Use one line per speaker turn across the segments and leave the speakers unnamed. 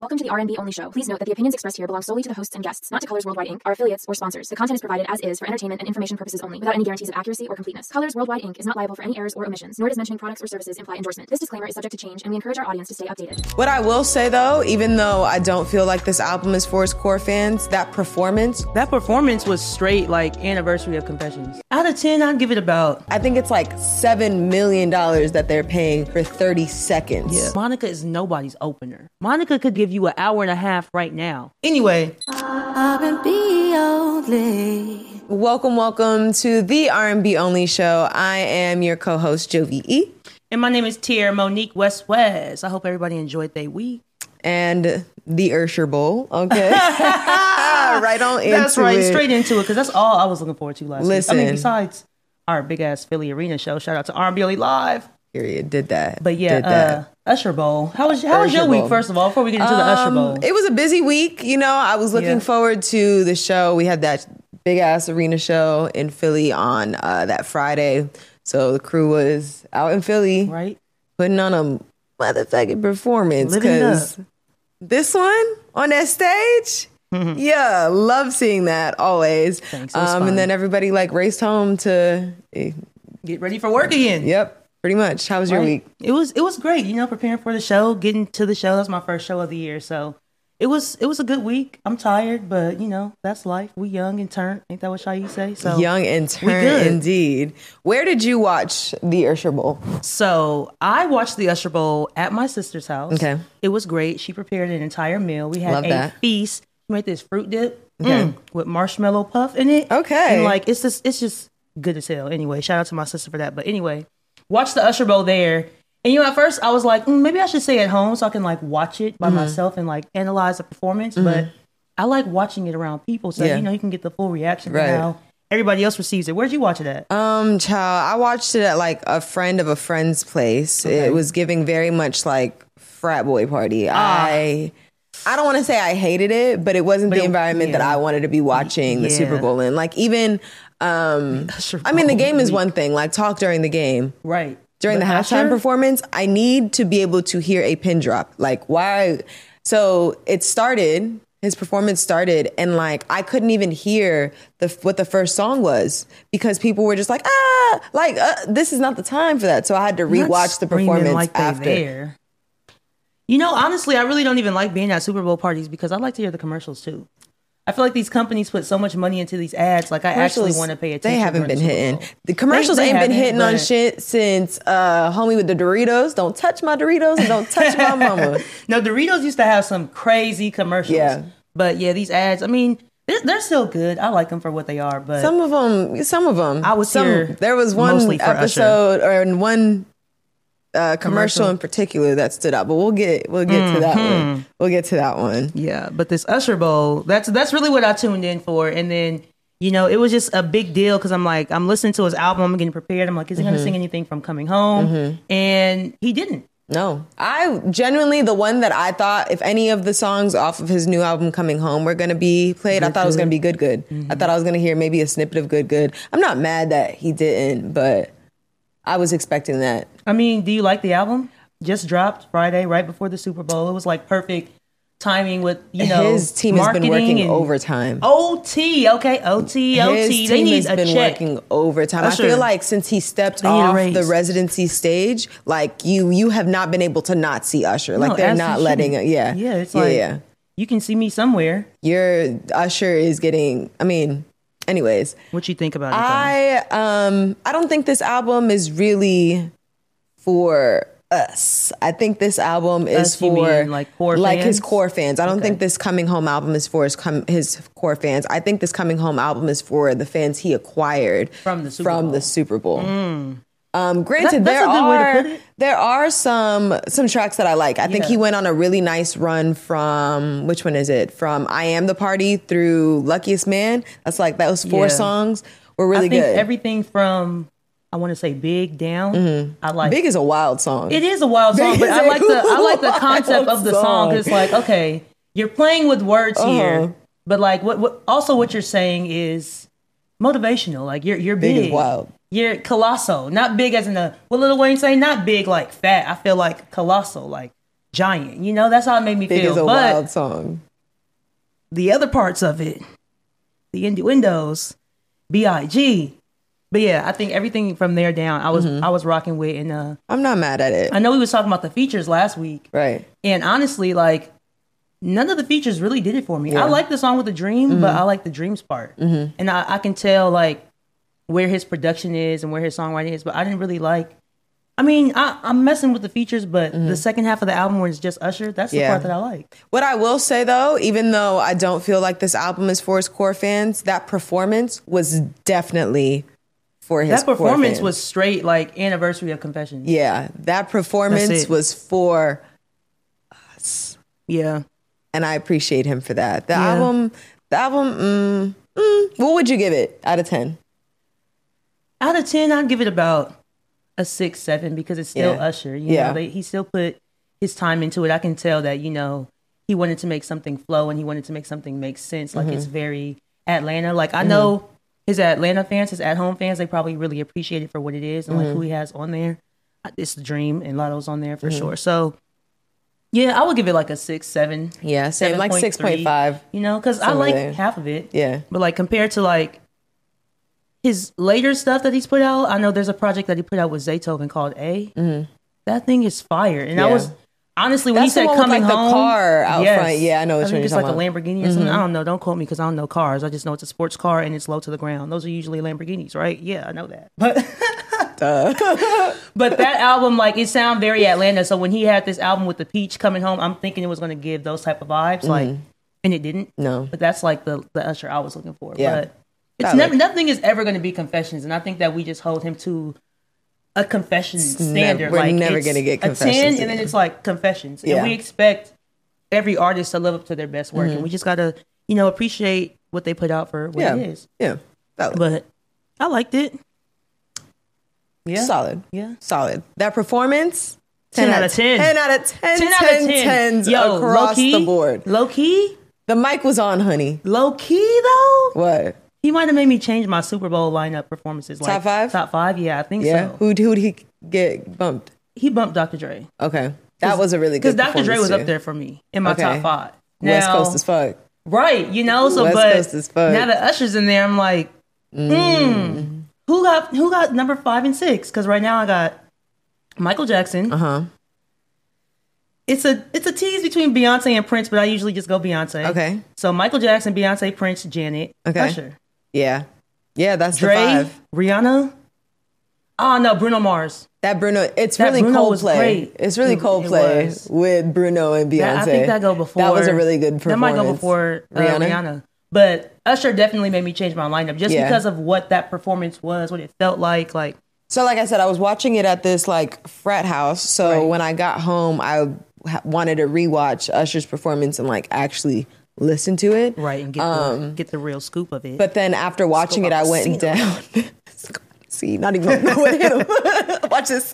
Welcome to the RNB only show. Please note that the opinions expressed here belong solely to the hosts and guests, not to Colors Worldwide Inc., our affiliates, or sponsors. The content is provided as is for entertainment and information purposes only, without any guarantees of accuracy or completeness. Colors Worldwide Inc. is not liable for any errors or omissions, nor does mentioning products or services imply endorsement. This disclaimer is subject to change, and we encourage our audience to stay updated.
What I will say though, even though I don't feel like this album is for its core fans, that performance,
That performance was straight like anniversary of Confessions. Out of 10, I'd give it about.
I think it's like seven million dollars that they're paying for 30 seconds.
Monica is nobody's opener. Monica could give you an hour and a half right now. Anyway,
R&B only.
Welcome, welcome to the R&B only show. I am your co-host Jovi E,
and my name is Tier Monique West West. I hope everybody enjoyed their week.
and the Ursher Bowl. Okay, right on.
That's
into
right,
it.
straight into it because that's all I was looking forward to last week. I
Listen.
mean, besides our big ass Philly Arena show, shout out to R&B Only Live.
Period. Did that.
But yeah,
did that.
uh, Usher Bowl. How was how was your
Usher
week?
Bowl. Um,
First of all, before we get into the Usher Bowl,
It was a busy week. You know, I was looking
Yeah.
forward to the show. We had that big ass arena show in Philly on uh, that Friday. So the crew was out in Philly
right?
putting on a motherfucking performance.
Living it
Because this one on that stage, yeah, love seeing that always.
Thanks, it was
Um,
fun.
and then everybody like raced home to, eh,
Get ready for work again.
yep, pretty much. How was your
Right.
week?
It was it was great, you know, preparing for the show, getting to the show. That's my first show of the year, so it was it was a good week. I'm tired, but you know, that's life. We young and turned. Ain't that what Shai say? So
Young and
good.
turn indeed. Where did you watch the Ursher Bowl?
So I watched the Usher Bowl at my sister's house.
Okay.
It was great. She prepared an entire meal. We had
Love
a
that.
feast. She made this fruit dip mm, with marshmallow puff in it.
Okay.
And like it's just it's just good as hell. Anyway, shout out to my sister for that. But anyway, watch the Usher Bowl there. And you know, at first I was like, mm, maybe I should stay at home so I can like watch it
Mm-hmm.
by myself and like analyze the performance. But I like watching it around people so
Yeah.
you know you can get the full reaction
Right.
from how everybody else receives it. Where'd you watch it at?
Um, child, I watched it at like a friend of a friend's place. It was giving very much like frat boy party.
Ah.
I I don't want to say I hated it, but it wasn't the
it-
environment that
yeah.
I wanted to be watching the Super
Yeah.
Bowl in. Like even um
Usher
I mean the
Bowl
game is
week.
one thing, like talk during the game.
right.
During
But
the halftime
Usher?
performance, I need to be able to hear a pin drop. Like why so it started his performance started and like I couldn't even hear the what the first song was because people were just like ah like uh, this is not the time for that so I had to
Not
rewatch the
screaming
performance
like they
after
there. You know, honestly, I really don't even like being at Super Bowl parties because I like to hear the commercials too. I feel like these companies put so much money into these ads. Like I actually
Commercials,
want to pay attention.
They haven't
during
been
the Super
hitting.
Bowl.
The commercials
They- they
ain't been
haven't,
hitting on
but-
shit since uh homie with the Doritos. Don't touch my Doritos and don't touch my mama.
No, Doritos used to have some crazy commercials.
Yeah.
But yeah, these ads. I mean, they're, they're still good. I like them for what they are. But
Some of them, some of them.
I was
some,
here
There was
mostly
one
for Usher.
episode or in one uh, commercial in particular that stood out. But we'll get we'll get to that
Mm-hmm.
one. We'll get to that one.
Yeah, but this Usher Bowl, that's that's really what I tuned in for. And then, you know, it was just a big deal because I'm like, I'm listening to his album, I'm getting prepared. I'm like, is he
Mm-hmm.
gonna sing anything from Coming Home? And he didn't.
No, I genuinely the one that I thought if any of the songs off of his new album Coming Home were gonna be played, I thought it was gonna be Good Good.
Mm-hmm.
I thought I was gonna hear maybe a snippet of Good Good. I'm not mad that he didn't, but I was expecting that.
I mean, do you like the album? Just dropped Friday, right before the Super Bowl. It was like perfect timing with you know
His team has been
marketing
working
and-
overtime.
OT, okay, OT,
His
OT. They
team
need
has
a
been
check.
working overtime.
Usher.
I feel like since he stepped
They need a
off
raise.
the residency stage, like you, you have not been able to not see Usher. Like
No,
they're
as
not
he
letting.
shouldn't.
Yeah,
yeah. It's like
yeah.
you can see me somewhere.
Your Usher is getting. I mean, anyways,
What you think about it? though?
I um I don't think this album is really for us. I think this album is
Us, you
for
mean, like, core
like his
fans?
core fans. I don't think this coming home album is for his com- his core fans. I think this coming home album is for the fans he acquired
From the Super
from
Bowl. Mm.
the Super Bowl. Um, granted,
That- that's
there
a good way to
are
put it.
there are some some tracks that I like. I think
Yeah.
he went on a really nice run from which one is it? From I Am the Party through Luckiest Man. That's like those four
Yeah.
songs were really
I think
good.
everything from I want to say big down. I
Mm-hmm.
like
Big is a wild song.
It is a wild song, but
is
I
a
like the I like the concept
wild
of the song. 'cause It's
song.
like okay, you're playing with words
Uh-huh.
here, but like what, what also what you're saying is motivational. Like you're you're big,
Big is wild.
You're colossal, not big as in a what Lil Wayne say, not big like fat. I feel like colossal, like giant. You know, that's how it made me
Big
feel.
is a
but
wild song.
the other parts of it, the innuendos, big. But yeah, I think everything from there down, I was I was rocking with. And uh,
I'm not mad at it.
I know we was talking about the features last week,
Right.
and honestly, like none of the features really did it for me. I like the song with the dream, but I like the dreams part, and I, I can tell like where his production is and where his songwriting is. But I didn't really like. I mean, I, I'm messing with the features, but the second half of the album where it's just Usher, that's the
Yeah.
part that I like.
What I will say though, even though I don't feel like this album is for his core fans, that performance was definitely for his
That
core
performance
fans.
was straight like anniversary of Confession.
Yeah, that performance
it.
was for
yeah.
and I appreciate him for that. The album the album mm, mm, what would you give it out of 10?
out of 10 i'd give it about a six seven because it's still
Yeah.
usher you
Yeah.
know they, he still put his time into it i can tell that you know he wanted to make something flow and he wanted to make something make sense like
Mm-hmm.
it's very atlanta like i know his atlanta fans his at-home fans they probably really appreciate it for what it is and
Mm-hmm.
like who he has on there I- it's the dream and lotto's on there for
Mm-hmm.
sure so yeah i would give it like a six seven
Yeah, same like
7.3,
6.5.
you know because i
somewhere
like
there.
half of it
Yeah.
but like compared to like his later stuff that he's put out, I know there's a project that he put out with Zaytoven called A. That thing is fire. And I
Mm-hmm. Yeah.
was honestly when
That's the
he said
one with,
coming
like, the
home,
car out front. Yeah, I know which
I
one
think
you're
it's like
talking Mm-hmm.
a Lamborghini or something. I don't know. Don't quote me because I don't know cars. I just know it's a sports car and it's low to the ground. Those are usually Lamborghinis, right? Yeah, I know that. But but that album, like it sound very Atlanta. So when he had this album with the peach coming home, I'm thinking it was going to give those type of vibes, like, and it didn't.
Mm-hmm. No.
but that's like the the Usher I was looking for.
Yeah.
But it's
Valid.
never nothing is ever going to be confessions, and I think that we just hold him to a confession standard.
we're
like
never
it's
gonna get
a ten,
confessions
and then
again.
it's like confessions,
Yeah. Mm-hmm.
and we expect every artist to live up to their best work, and we just gotta you know appreciate what they put out for what
Yeah.
it is.
Yeah. Valid.
But I liked it. Yeah,
Solid.
Yeah.
Solid. That performance
10 out of 10.
10 out of 10.
10 out of 10.
10s
Yo,
across
low-key-
the board.
Low key?
The mic was on, honey.
Low key though?
What?
He might have made me change my Super Bowl lineup performances. Like,
Top five?
Top five, yeah, I think
Yeah.
so.
Who who'd he get bumped?
He bumped Dr. Dre.
Okay. That was a really good
Because Dr. Dre
performance,
was
too.
up there for me in my
Okay.
top five.
West
Now-
Coast as fuck.
Right, you know, so
West
but
Coast is fucked. Mm.
now that Usher's in there, I'm like, hmm, who got who got number five and six? Because right now I got Michael Jackson.
Uh-huh.
It's a it's a tease between Beyonce and Prince, but I usually just go Beyonce.
Okay.
So Michael Jackson, Beyonce, Prince, Janet,
Okay.
Usher,
Yeah. Yeah, that's
Dre,
the five.
Rihanna. Oh no, Bruno Mars.
That Bruno, it's
That
really
Bruno was
Coldplay.
great.
It's really
It- it
Coldplay
was.
with Bruno and Beyonce.
That- I think that go before.
That was a really good performance.
That might go before uh, Rihanna. But Usher definitely made me change my lineup just
Yeah.
because of what that performance was, what it felt like. Like
So, like I said, I was watching it at this like frat house. So
Right.
when I got home, I ha- wanted to rewatch Usher's performance and like actually listen to it.
right and get the, get the real scoop of it.
Um, But then after watching
Scoop
it, I
up
went
the scene.
down. See, not even gonna know what hit him. Watch this.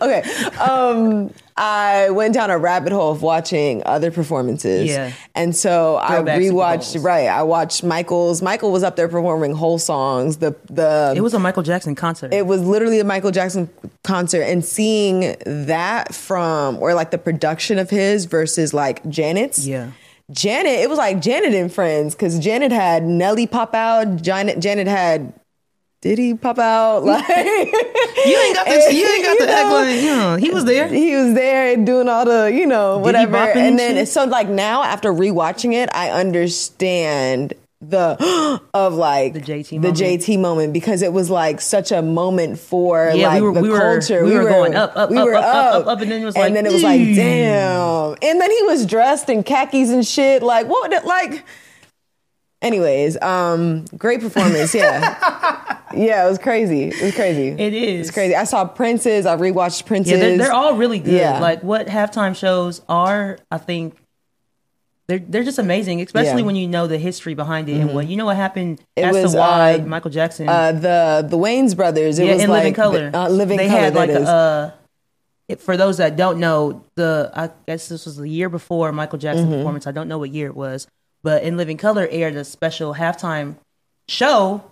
okay, um, I went down a rabbit hole of watching other performances.
Yeah.
and so
Throwback
I
Super
rewatched.
Bowls.
Right, I watched Michael's. Michael was up there performing whole songs. The the
it was a Michael Jackson concert.
it was literally a Michael Jackson concert and seeing that from or like the production of his versus like Janet's.
Yeah.
Janet, it was like Janet and friends because Janet had Nelly pop out. Janet, Janet had Diddy pop out. Like
you ain't got the you ain't got
You
the act
know?
like you know, he was there.
he was there and doing all the you know whatever.
bopping
And
and
then
shit?
so like now after rewatching it, I understand the of like the
JT
the
moment.
JT moment because it was like such a moment for
Yeah, we
like
were-
the
we were-
culture.
we were going up, up,
we
up,
were
up, up, up, up, and then it was like,
then it was like,
"Ew."
damn. And then he was dressed in khakis and shit. Like what? would it- Like. Anyways, um, great performance. Yeah, yeah, it was crazy. It was crazy.
It is.
It's crazy. I saw Prince's. I rewatched Prince's.
Yeah, they're, they're all really good.
Yeah.
Like what halftime shows are, I think they're they're just amazing, especially
Yeah. Mm-hmm.
when you know the history behind it and what you know what happened
It
as
was,
to why
uh,
Michael Jackson
uh, the the Wayne's brothers. It
yeah,
was
in
like
Living Color.
Uh, living
they
color.
had like
that is.
a. Uh, it- for those that don't know, the I guess this was the year before Michael Jackson
Mm-hmm.
performance. I don't know what year it was, but in Living Color aired a special halftime show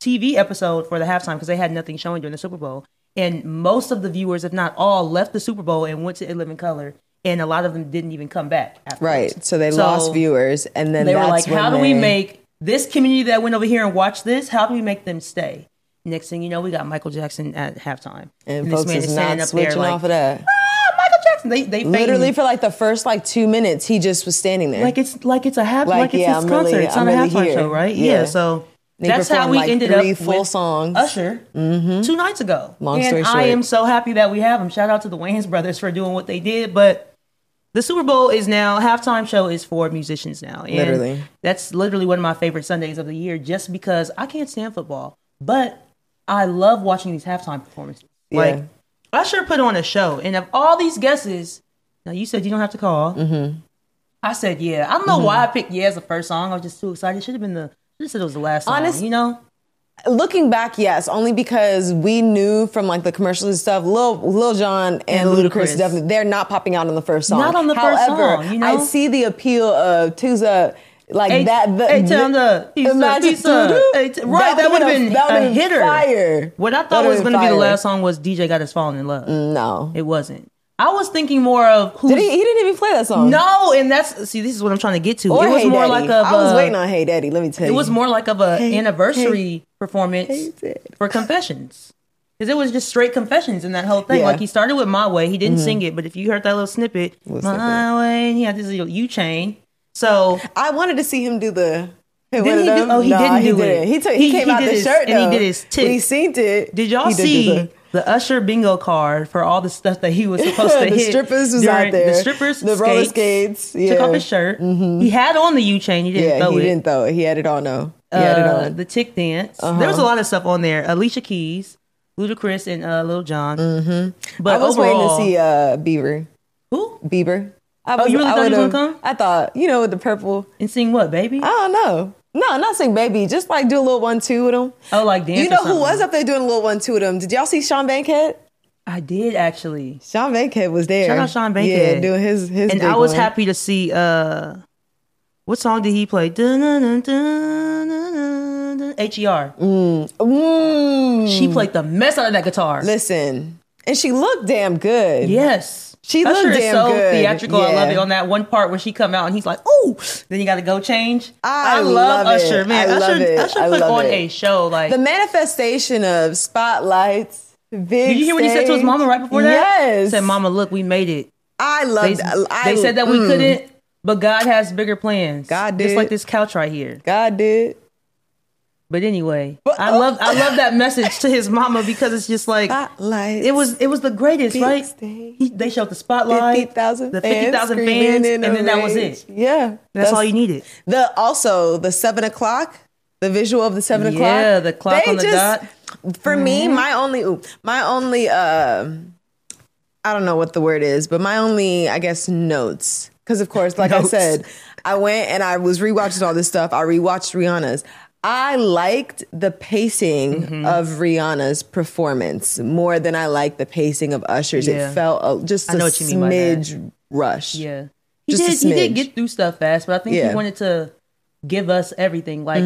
TV episode for the halftime because they had nothing showing during the Super Bowl, and most of the viewers, if not all, left the Super Bowl and went to In Living Color and a lot of them didn't even come back. Afterwards.
Right. So they lost viewers, and then
They were like,
that's when
"How do
they,
we make this community that went over here and watched this? How do we make them stay?" Next thing you know, we got Michael Jackson at halftime,
And
this
folks
man
is
standing
not
up there
switching
like,
off of that.
"Ah, Michael Jackson. They they
Literally
fading.
for like the first like two minutes, he just was standing there.
like it's like it's a half like,
Like,
it's
yeah,
his
I'm
concert.
really-
it's
I'm
not a
really
halftime
here.
show, right? Yeah.
Yeah.
so
They
that's how
performed,
we
like,
ended
three
up
full
with
songs. Mm-hmm.
Usher two nights ago.
Long
and
story
I
short.
am so happy that we have him. Shout out to the Wayans brothers for doing what they did, but. The Super Bowl is now halftime show is for musicians now. And
Literally.
That's literally one of my favorite Sundays of the year just because I can't stand football, but I love watching these halftime performances. Like Usher put on a show, and of all these guesses, now you said you don't have to call. I said yeah. I don't know why
Mm-hmm.
I picked yeah as the first song. I was just too excited. Should have been the. Just said it was the last song.
Honest-
you know.
Looking back, yes, only because we knew from like the commercials and stuff, Lil, Lil Jon and,
And
Ludacris,
Ludacris.
definitely they're not popping out on the first song.
Not on the first
However,
song, you know?
I see the appeal of Tusa. Like
Hey,
that, the,
hey, tell him the- he's a-
imagine-
he's a- hey, t- right, that would've been
that
a
would've
hitter.
Fire.
What I
That
thought was
would've
going to be the
fire.
last song was DJ got us falling in love.
No,
It wasn't. I was thinking more of who.
did he? He didn't even play that song.
No, and that's see. This is what I'm trying to get to.
Or
it was
Hey
more
Daddy.
like of
I was
a-
waiting on Hey Daddy. Let me tell
It
you,
was more like of a
Hey,
anniversary performance
hey, Daddy.
for confessions. Because it was just straight confessions in that whole thing.
Yeah. Mm-hmm.
Like he started with My Way. He didn't sing it, but if you heard that little snippet, My
snippet?
Way, and he had this little U chain. So
I wanted to see him do the. Hey,
Didn't
one
he
of
do-
them?
oh, he
Nah,
didn't do it.
He took.
He-
He came
he
out
did
the
his-
shirt
and he
though.
did his
When he
tip.
synced it.
did y'all
he do
see
the-
the Usher bingo card for all the stuff that he was supposed to
the
hit?
strippers was
during-
out there.
The strippers,
the roller skates. Yeah. Mm-hmm.
Took off his shirt. He had on the U chain. He didn't
Yeah,
throw
he
it.
didn't throw it. He had it on though. He had it
uh,
on.
the tick dance.
Uh-huh.
There was a lot of stuff on there. Alicia Keys, Ludacris, and uh, Lil Jon. Mm-hmm. But
I was
overall,
waiting to see uh, Bieber.
who
Bieber. I
Oh, you really
I
thought he was gonna
would've-
come?
I thought you know with the purple.
and seeing what baby?
I don't know. No, not saying baby. Just like do a little one two with him.
oh, like dance.
you
or
know who
something.
was up there doing a little one two with him? Did y'all see Sean Bankhead?
I did actually,
Sean Bankhead was there.
Shout out Sean
Yeah,
Bankhead.
doing his his.
and
big
I was
one.
happy to see. uh What song did he play? Dun-dun-dun-dun-dun-dun. Her.
Mm.
E She played the mess out of that guitar.
Listen, and she looked damn good.
Yes.
She
Usher
looked
is
damn
so
good.
theatrical. I love
Yeah.
it on that one part where she come out and he's like, "Ooh!" Then you got to go change.
I love it.
Usher, man.
I
Usher,
love it.
Usher
I
put
love
on
it.
a show like
The manifestation of spotlights. Big
Did you hear what he said to his mama right before that?
Yes.
Said, Mama, look, we made it.
I
They,
loved. I,
they said that we
mm,
couldn't, but God has bigger plans.
God
Just
did.
like this couch right here.
God did.
But anyway, I
oh.
love I love that message to his mama because it's just like
Spotlights.
it was it was the greatest,
Ah. Big
right?
stage.
He, they showed the spotlight,
fifty thousand.
the fifty thousand fans, and then that was it. That's,
Yeah,
all you needed.
The also the seven o'clock, the visual of the seven o'clock.
Yeah, the clock on the Mm-hmm.
dot. For me, my only, ooh, my only, uh, I don't know what the word is, but my only, I guess, notes. Because of course, like
Notes.
I said, I went and I was rewatching all this stuff. I rewatched Rihanna's. I liked the pacing
Mm-hmm.
of Rihanna's performance more than I liked the pacing of Usher's.
Yeah.
It felt uh, just a
know what you mean by that.
smidge rush.
Yeah. He
Just a
did he did
smidge.
get through stuff fast, but I think
Yeah. Mm-hmm.
he wanted to give us everything. Like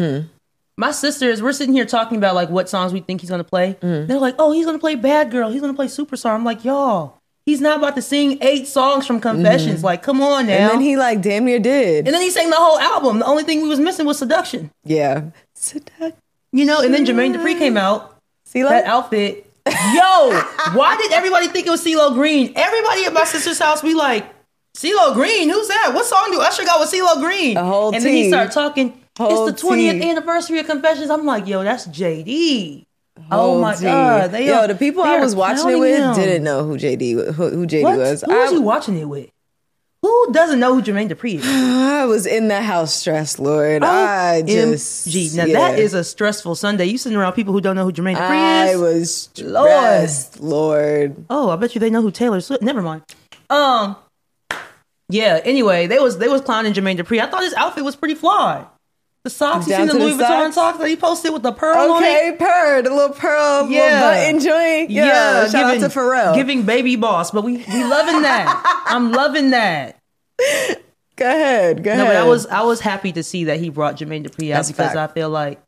my sisters, we're sitting here talking about like what songs we think he's gonna play.
Mm-hmm.
They're like, Oh, he's gonna play Bad Girl, he's gonna play Superstar. I'm like, Y'all, he's not about to sing eight songs from Confessions. Like, come on now.
Mm-hmm. And then he like damn near did.
and then he sang the whole album. The only thing we was missing was seduction.
Yeah. Seduct-
You know, and then Jermaine Dupri came out,
See,
that
like,
outfit. Yo, why did everybody think it was CeeLo Green? Everybody at my sister's house be like, CeeLo Green, who's that? What song do Usher got with CeeLo Green?
A whole
and then he
tea.
started talking,
Whole
it's the 20th
tea.
anniversary of Confessions. I'm like, yo, that's JD. oh my
OG.
God. They
Yo,
are,
the people
they
I
are
was watching it
clowning
with
him.
didn't know who JD wa- who, who JD
What?
was.
Who was
I,
you watching it with? Who doesn't know who Jermaine Dupri is?
I was in the house stressed, Lord. I just
Gee, Oh, now
yeah.
that is a stressful Sunday. You sitting around people who don't know who Jermaine Dupri
I
is.
was
Lord.
stressed, Lord.
Oh, I bet you they know who Taylor Swift. Never mind. Um, yeah. Anyway, they was they was clowning Jermaine Dupri. I thought his outfit was pretty fly. The socks, you
Down
seen the
to the
Louis Vuitton
socks?
socks that he posted with the pearl on it.
Okay, purr, the little pearl,
Yeah.
little button joint. Yeah, shout
giving-
out to Pharrell.
Giving baby boss, but we we loving that. I'm loving that.
go ahead, go
No,
ahead.
but I was I was happy to see that he brought Jermaine Dupri out
That's a
because I
fact.
feel like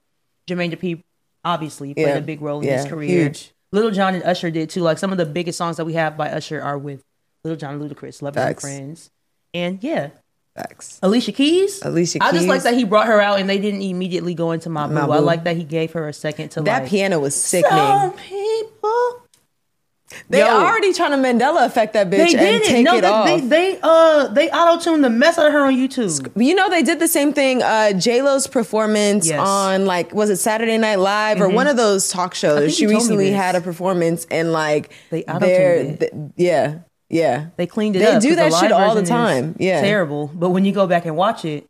Jermaine Dupri obviously played
Yeah.
a big role in
Yeah,
his career.
huge.
Little John and Usher did too. Like some of the biggest songs that we have by Usher are with Little John Ludacris, Love and
Facts.
Friends, and yeah,
Facts.
Alicia Keys.
Alicia
I just like
Keys.
that he brought her out and they didn't immediately go into my,
My
boo. I
Boo.
like that he gave her a second to
That
like.
piano was sickening.
Some people
they
Yo.
already trying to Mandela affect that
they
bitch
did
and
it.
take
no,
it
they,
off.
they they uh they auto tuned the mess out of her on YouTube.
you know they did the same thing. Uh, J Lo's performance
Yes. Mm-hmm.
on like was it Saturday Night Live or one of those talk
think
shows? She
you told me
recently
this.
had a performance and like
They
they're-
auto-tuned it.
th- yeah yeah
They cleaned it
They
up.
do
'cause
that
live
shit all the
version is
time. Yeah.
terrible. But when you go back and watch it,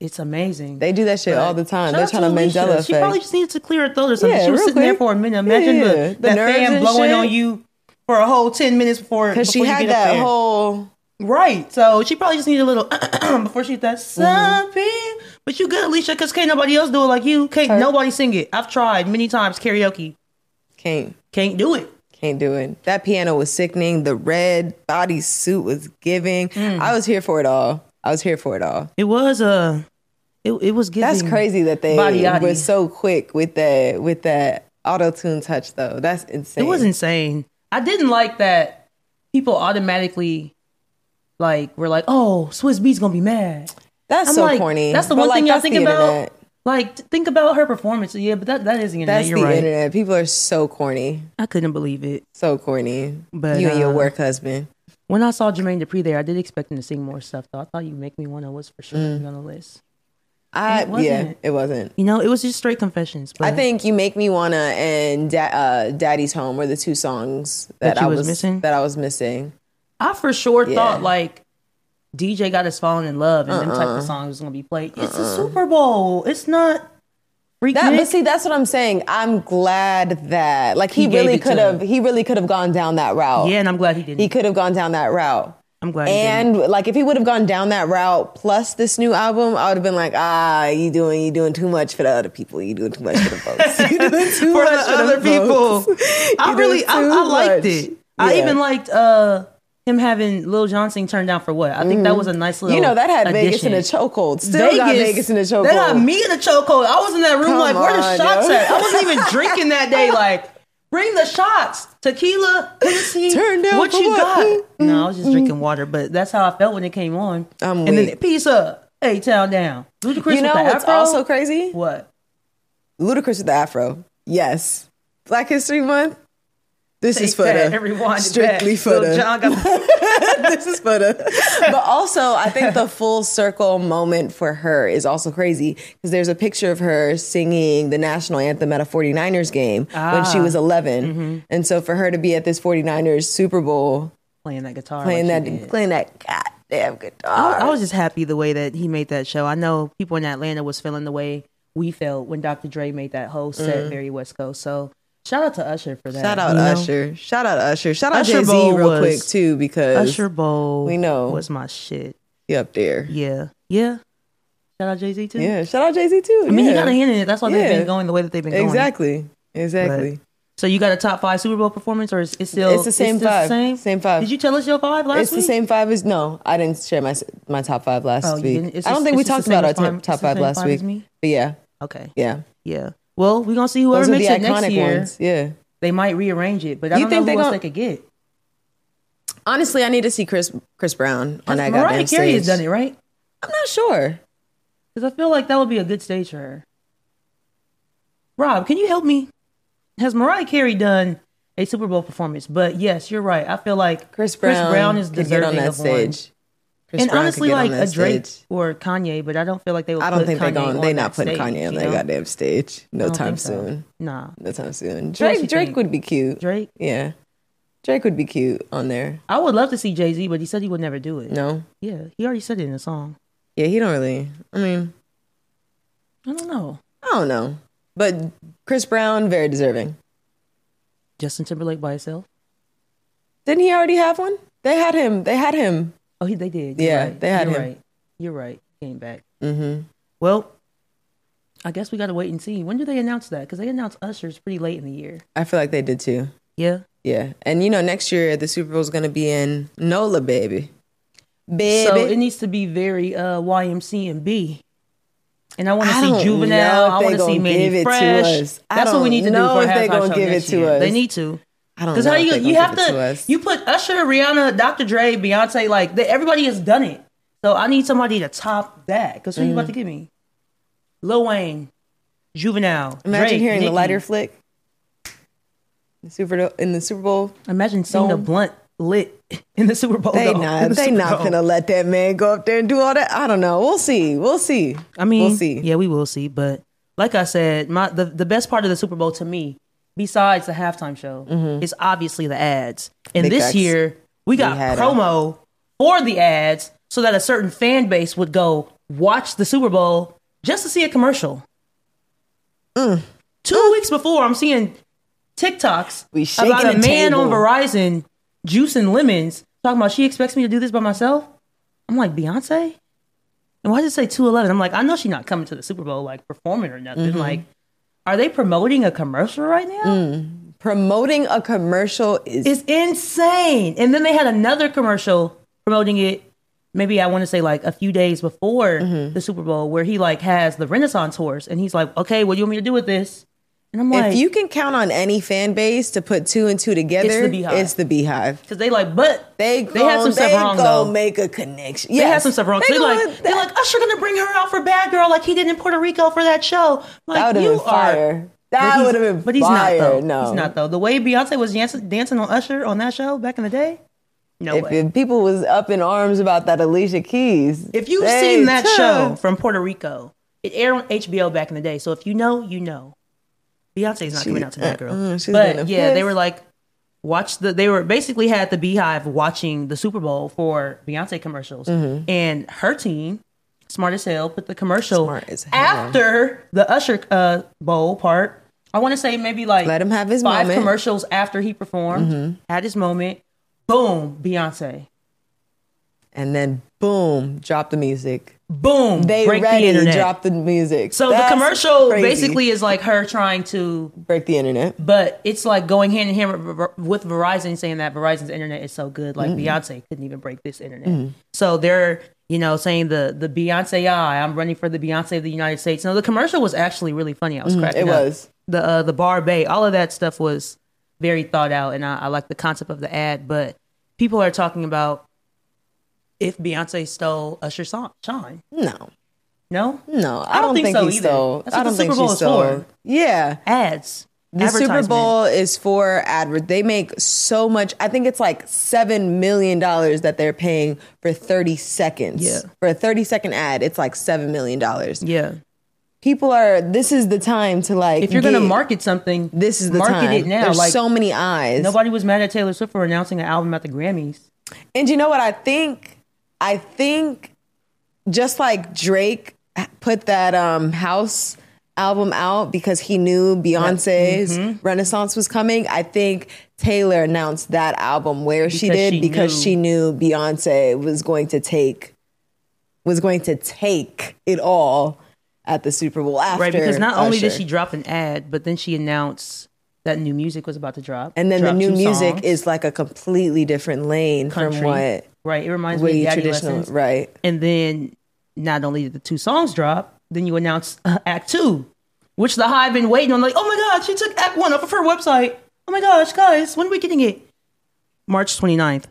it's amazing.
they do that shit
But
all the time.
shout
They're
out
trying to
Alicia.
Mandela
She probably
effect.
just needed to clear her throat or something.
Yeah,
she was
real
sitting there
quick.
for a minute.
Yeah,
Imagine
yeah, yeah.
the,
The
that
nerves
fan
and
blowing
shit.
on you for a whole ten minutes before
Because
because
she had that whole
Right. So she probably just needed a little before she hit that
Mm-hmm.
something. But you good, Alicia, because can't nobody else do it like you. Can't nobody sing it. I've tried many times karaoke.
can't
Can't do it.
Can't do it. That piano was sickening. The red bodysuit was giving.
Mm.
I was here for it all. I was here for it all.
It was uh it, it was giving
That's crazy that they
Body yaddy.
were so quick with that with that auto tune touch though. That's insane.
It was insane. I didn't like that people automatically like were like, oh, Swiss Beats gonna be mad.
That's
I'm
so
like,
corny.
That's the
But,
one
like,
thing y'all
that's
think
the
about.
internet.
Like, t- think about her performance. Yeah, but that, that is the internet.
That's
You're
the
right.
internet. People are so corny.
I couldn't believe it.
So corny.
But,
you and your
uh,
work husband.
When I saw Jermaine Dupri there, I did expect him to sing more stuff. Though I thought you'd make me want to was for sure
Mm.
gonna be on the list.
I
it wasn't.
yeah, it wasn't.
You know, it was just straight confessions. But
I think "You Make Me Wanna" and da- uh, "Daddy's Home" were the two songs that,
That you
I
was missing?
That I was missing.
I for sure
Yeah.
thought like DJ got his phone in love and them type
Uh-uh.
of songs was gonna be played. It's a Super Bowl. It's not freak
That,
Nick.
but see, that's what I'm saying. I'm glad that like he,
He gave
really
it to
could have
him.
he really could have gone down that route.
Yeah, and I'm glad he didn't.
Oh. he could have gone down that route.
I'm glad.
And like if he would have gone down that route plus this new album, I would have been like, ah, you doing you doing too much for the other people. You doing too much for the folks. you doing too
for the
much
other people, I
You did
really, I,
too
I
much.
liked it. I
Yeah.
even liked uh him having Lil Jon sing turned down for what? I think that was a nice little.
Mm-hmm. You know that had Vegas
addition.
in a chokehold. Still got Vegas in a chokehold.
They got me in a chokehold. I was in that room
Come
like, where the
on,
shots
yo.
at? I wasn't even drinking that day. Like, bring the shots, tequila, Hennessy.
Turn down
what
for
you
what? Mm-hmm.
got. no, I was just drinking water, but that's how I felt when it came on.
I'm
and then
weak.
peace up, a town down. Ludacris
You know
with the
what's
afro.
also crazy?
what?
Ludacris with the afro. Yes. Black History Month. This is for
that,
the
everyone.
strictly
that.
for
Lil
the
Jon got the-
this is for the. But also, I think the full circle moment for her is also crazy because there's a picture of her singing the national anthem at a 49ers game when she was 11. And so for her to be at this 49ers Super Bowl
playing that guitar.
playing
like
that,
she did.
playing that goddamn
I,
guitar.
I was just happy the way that he made that show. I know people in Atlanta was feeling the way we felt when Dr. Dre made that whole set very West Coast. So shout out to Usher for that.
Mm. Shout out
you know?
Usher. Shout out Usher. Shout out
Usher
Jay Z
Bowl
real
was-
quick too because
Usher
Usher
Bowl
We know.
was my shit.
he up there.
Yeah. Yeah. Shout out Jay Z too.
Yeah, shout out Jay Z too.
I mean
yeah.
he got a hand in it. That's why
Yeah.
they've been going the way that they've been going.
Exactly. Exactly.
So you got a top five Super Bowl performance or is it still
It's the same
still
five.
Same?
Same five.
Did you tell us your five last
it's
week?
the same five as no. I didn't share my my top five last
Oh, you
week.
didn't? It's
I don't
just-
think we
it's just
talked
the same
about our
as mine-
top, top
it's the
five
same
last
five
week.
as me?
But yeah,
Okay.
yeah.
Yeah. Well, we're gonna see whoever
Those are the
makes it next
iconic
year.
ones. Yeah.
They might rearrange it, but I
You
don't know
think
who
they
else
gon-
they could get.
Honestly, I need to see Chris Chris Brown on that
Mariah
goddamn
Carey has
stage.
done it, right?
I'm not sure.
Because I feel like that would be a good stage for her. Rob, can you help me? Has Mariah Carey done a Super Bowl performance? But yes, you're right. I feel like
Chris Brown,
is
could get
deserving
on that
of one.
stage. Chris
and
Brown could
honestly,
get on
like
that
a Drake
stage.
or Kanye, but I don't feel like they would.
I don't
put
think they're
Kanye
going.
on
They're
that
not putting
stage,
Kanye on
you
that
know?
goddamn stage. No
I don't
time
think so.
soon.
Nah,
No time soon.
else you
Drake Drake
think?
would be cute.
Drake.
Yeah, Drake would be cute on there.
I would love to see Jay Z, but he said he would never do it.
No.
Yeah, he already said it in a song.
Yeah, he don't really. I mean,
I don't know.
I don't know. But Chris Brown, very deserving.
Justin Timberlake by himself.
Didn't he already have one? They had him. They had him.
Oh, he, they did. You're
Yeah,
right.
they had
You're
him.
right. You're right. Came back. Mm-hmm. Well, I guess we got to wait and see. When do they announce that? Because they announced Usher's pretty late in the year.
I feel like they did too.
Yeah.
Yeah. And you know, next year the Super Bowl's gonna be in Nola, baby. Baby.
So it needs to be very uh, YMC and B. And I want to
I
see
don't
Juvenile.
know if
I
they
want to
gonna
see Manny
give it to
Fresh.
us. I
That's what we
don't
need to do
know
for
if
a
they
halftime
gonna
show
give it
next
to
year.
us.
They need to.
I don't know.
Because how
if
you
they gonna
you
give
have
it
to,
us.
you put Usher, Rihanna, Dr. Dre, Beyonce, like they, everybody has done it. So I need somebody to top that. Because who you about to give me? Lil Wayne, Juvenile.
Imagine
Drake,
hearing the
Nicki.
lighter flick. The Super in the Super Bowl,
Imagine seeing the
Dome.
blunt lit in the Super Bowl.
they
dog, Oh, in
not
the
they
Super
not
Bowl.
gonna let that man go up there and do all that. I don't know. We'll see. We'll see.
I mean,
we'll see.
Yeah, we will see. But like I said, my the, the best part of the Super Bowl to me, besides the halftime show, is obviously the ads. And
Mm-hmm. Big
this
facts.
year, we got
had a-
promo for the ads so that a certain fan base would go watch the Super Bowl just to see a commercial. Two weeks before, I'm seeing TikToks
We shaking
about a
the
man on
table.
Verizon juicing lemons, talking about she expects me to do this by myself. I'm like, Beyonce? And why did it say 211? I'm like, I know she's not coming to the Super Bowl, like performing or nothing.
Mm-hmm.
Like, are they promoting a commercial right now?
Mm. Promoting a commercial is
It's insane. And then they had another commercial promoting it. Maybe I want to say like a few days before
Mm-hmm.
the Super Bowl, where he like has the Renaissance horse, and he's like, "Okay, what do you want me to do with this?" And I'm like,
if you can count on any fan base to put two and two together,
It's the Beehive.
It's the beehive.
Because they like, but
They
they had some stuff wrong
go
though.
make a connection.
They
Yes.
had some stuff wrong.
They
They, they
gonna-
like, they like Usher gonna bring her out for Bad Girl like he did in Puerto Rico for that show.
that
Like
would have
you
been
are.
fire. That
he's-
would have been
but he's
fire.
not though.
No,
He's not though. The way Beyonce was dancing, dancing on Usher on that show back in the day, no
If,
way.
if people was up in arms about that Alicia Keys,
if you've
they
seen that
tough.
show from Puerto Rico, it aired on HBO back in the day. So if you know, you know. Beyonce's not coming out to Bad Girl,
mm, she's
but
gonna
yeah, they
piss.
were like. Watch the. They were basically had the Beehive watching the Super Bowl for Beyonce commercials,
Mm-hmm.
and her team, smart as hell, put the commercial
Smart as hell.
after the Usher uh, Bowl part. I want to say maybe like
Let him have his
five
moment. Mm-hmm.
commercials after he performed, had his moment. Boom, Beyonce.
and then boom, drop the music.
Boom,
They
break
ready
the internet.
drop the music.
So
That's
the commercial
crazy.
basically is like her trying to,
break the internet.
but it's like going hand in hand with Ver- with Verizon saying that Verizon's internet is so good,
Mm-hmm.
like Beyonce couldn't even break this internet. So they're you know saying the the Beyonce eye, I'm running for the Beyonce of the United States. No, the commercial was actually really funny. I was cracking
Mm-hmm. It
up.
was.
the uh, the bar bay, all of that stuff was very thought out, and I, I like the concept of the ad. But people are talking about if Beyonce stole Usher's song, Shine.
No,
No,
no, I, don't, think,
so
he
either.
stole.
That's
I
what
don't
the Super
think
Bowl
she
is
stole.
for.
Yeah,
ads.
The Super
advertisement.
Bowl is for advert. They make so much. I think it's like seven million dollars that they're paying for thirty seconds.
Yeah.
For a thirty second ad, it's like seven million dollars.
Yeah.
People are. This is the time to like.
If you're going to
get-
market something,
this is the
market
time.
it now.
There's
like
so many eyes.
nobody was mad at Taylor Swift for announcing an album at the Grammys.
And you know what I think? I think just like Drake put that um house album out because he knew Beyonce's
Mm-hmm.
Renaissance was coming. I think Taylor announced that album where she
Because
did
she
because
knew.
she knew Beyonce was going to take was going to take it all at the Super Bowl after.
Right, because not only did
Usher.
she drop an ad, but then she announced that new music was about to drop.
and then the
dropped
new
two
music
songs,
is like a completely different lane
country.
from what
Right, it reminds me
we
of Daddy
traditional
Lessons.
right.
And then not only did the two songs drop, then you announced uh, Act Two, which the high been waiting on. Like, oh my God, she took Act One off of her website. Oh my gosh, guys, when are we getting it? March 29th.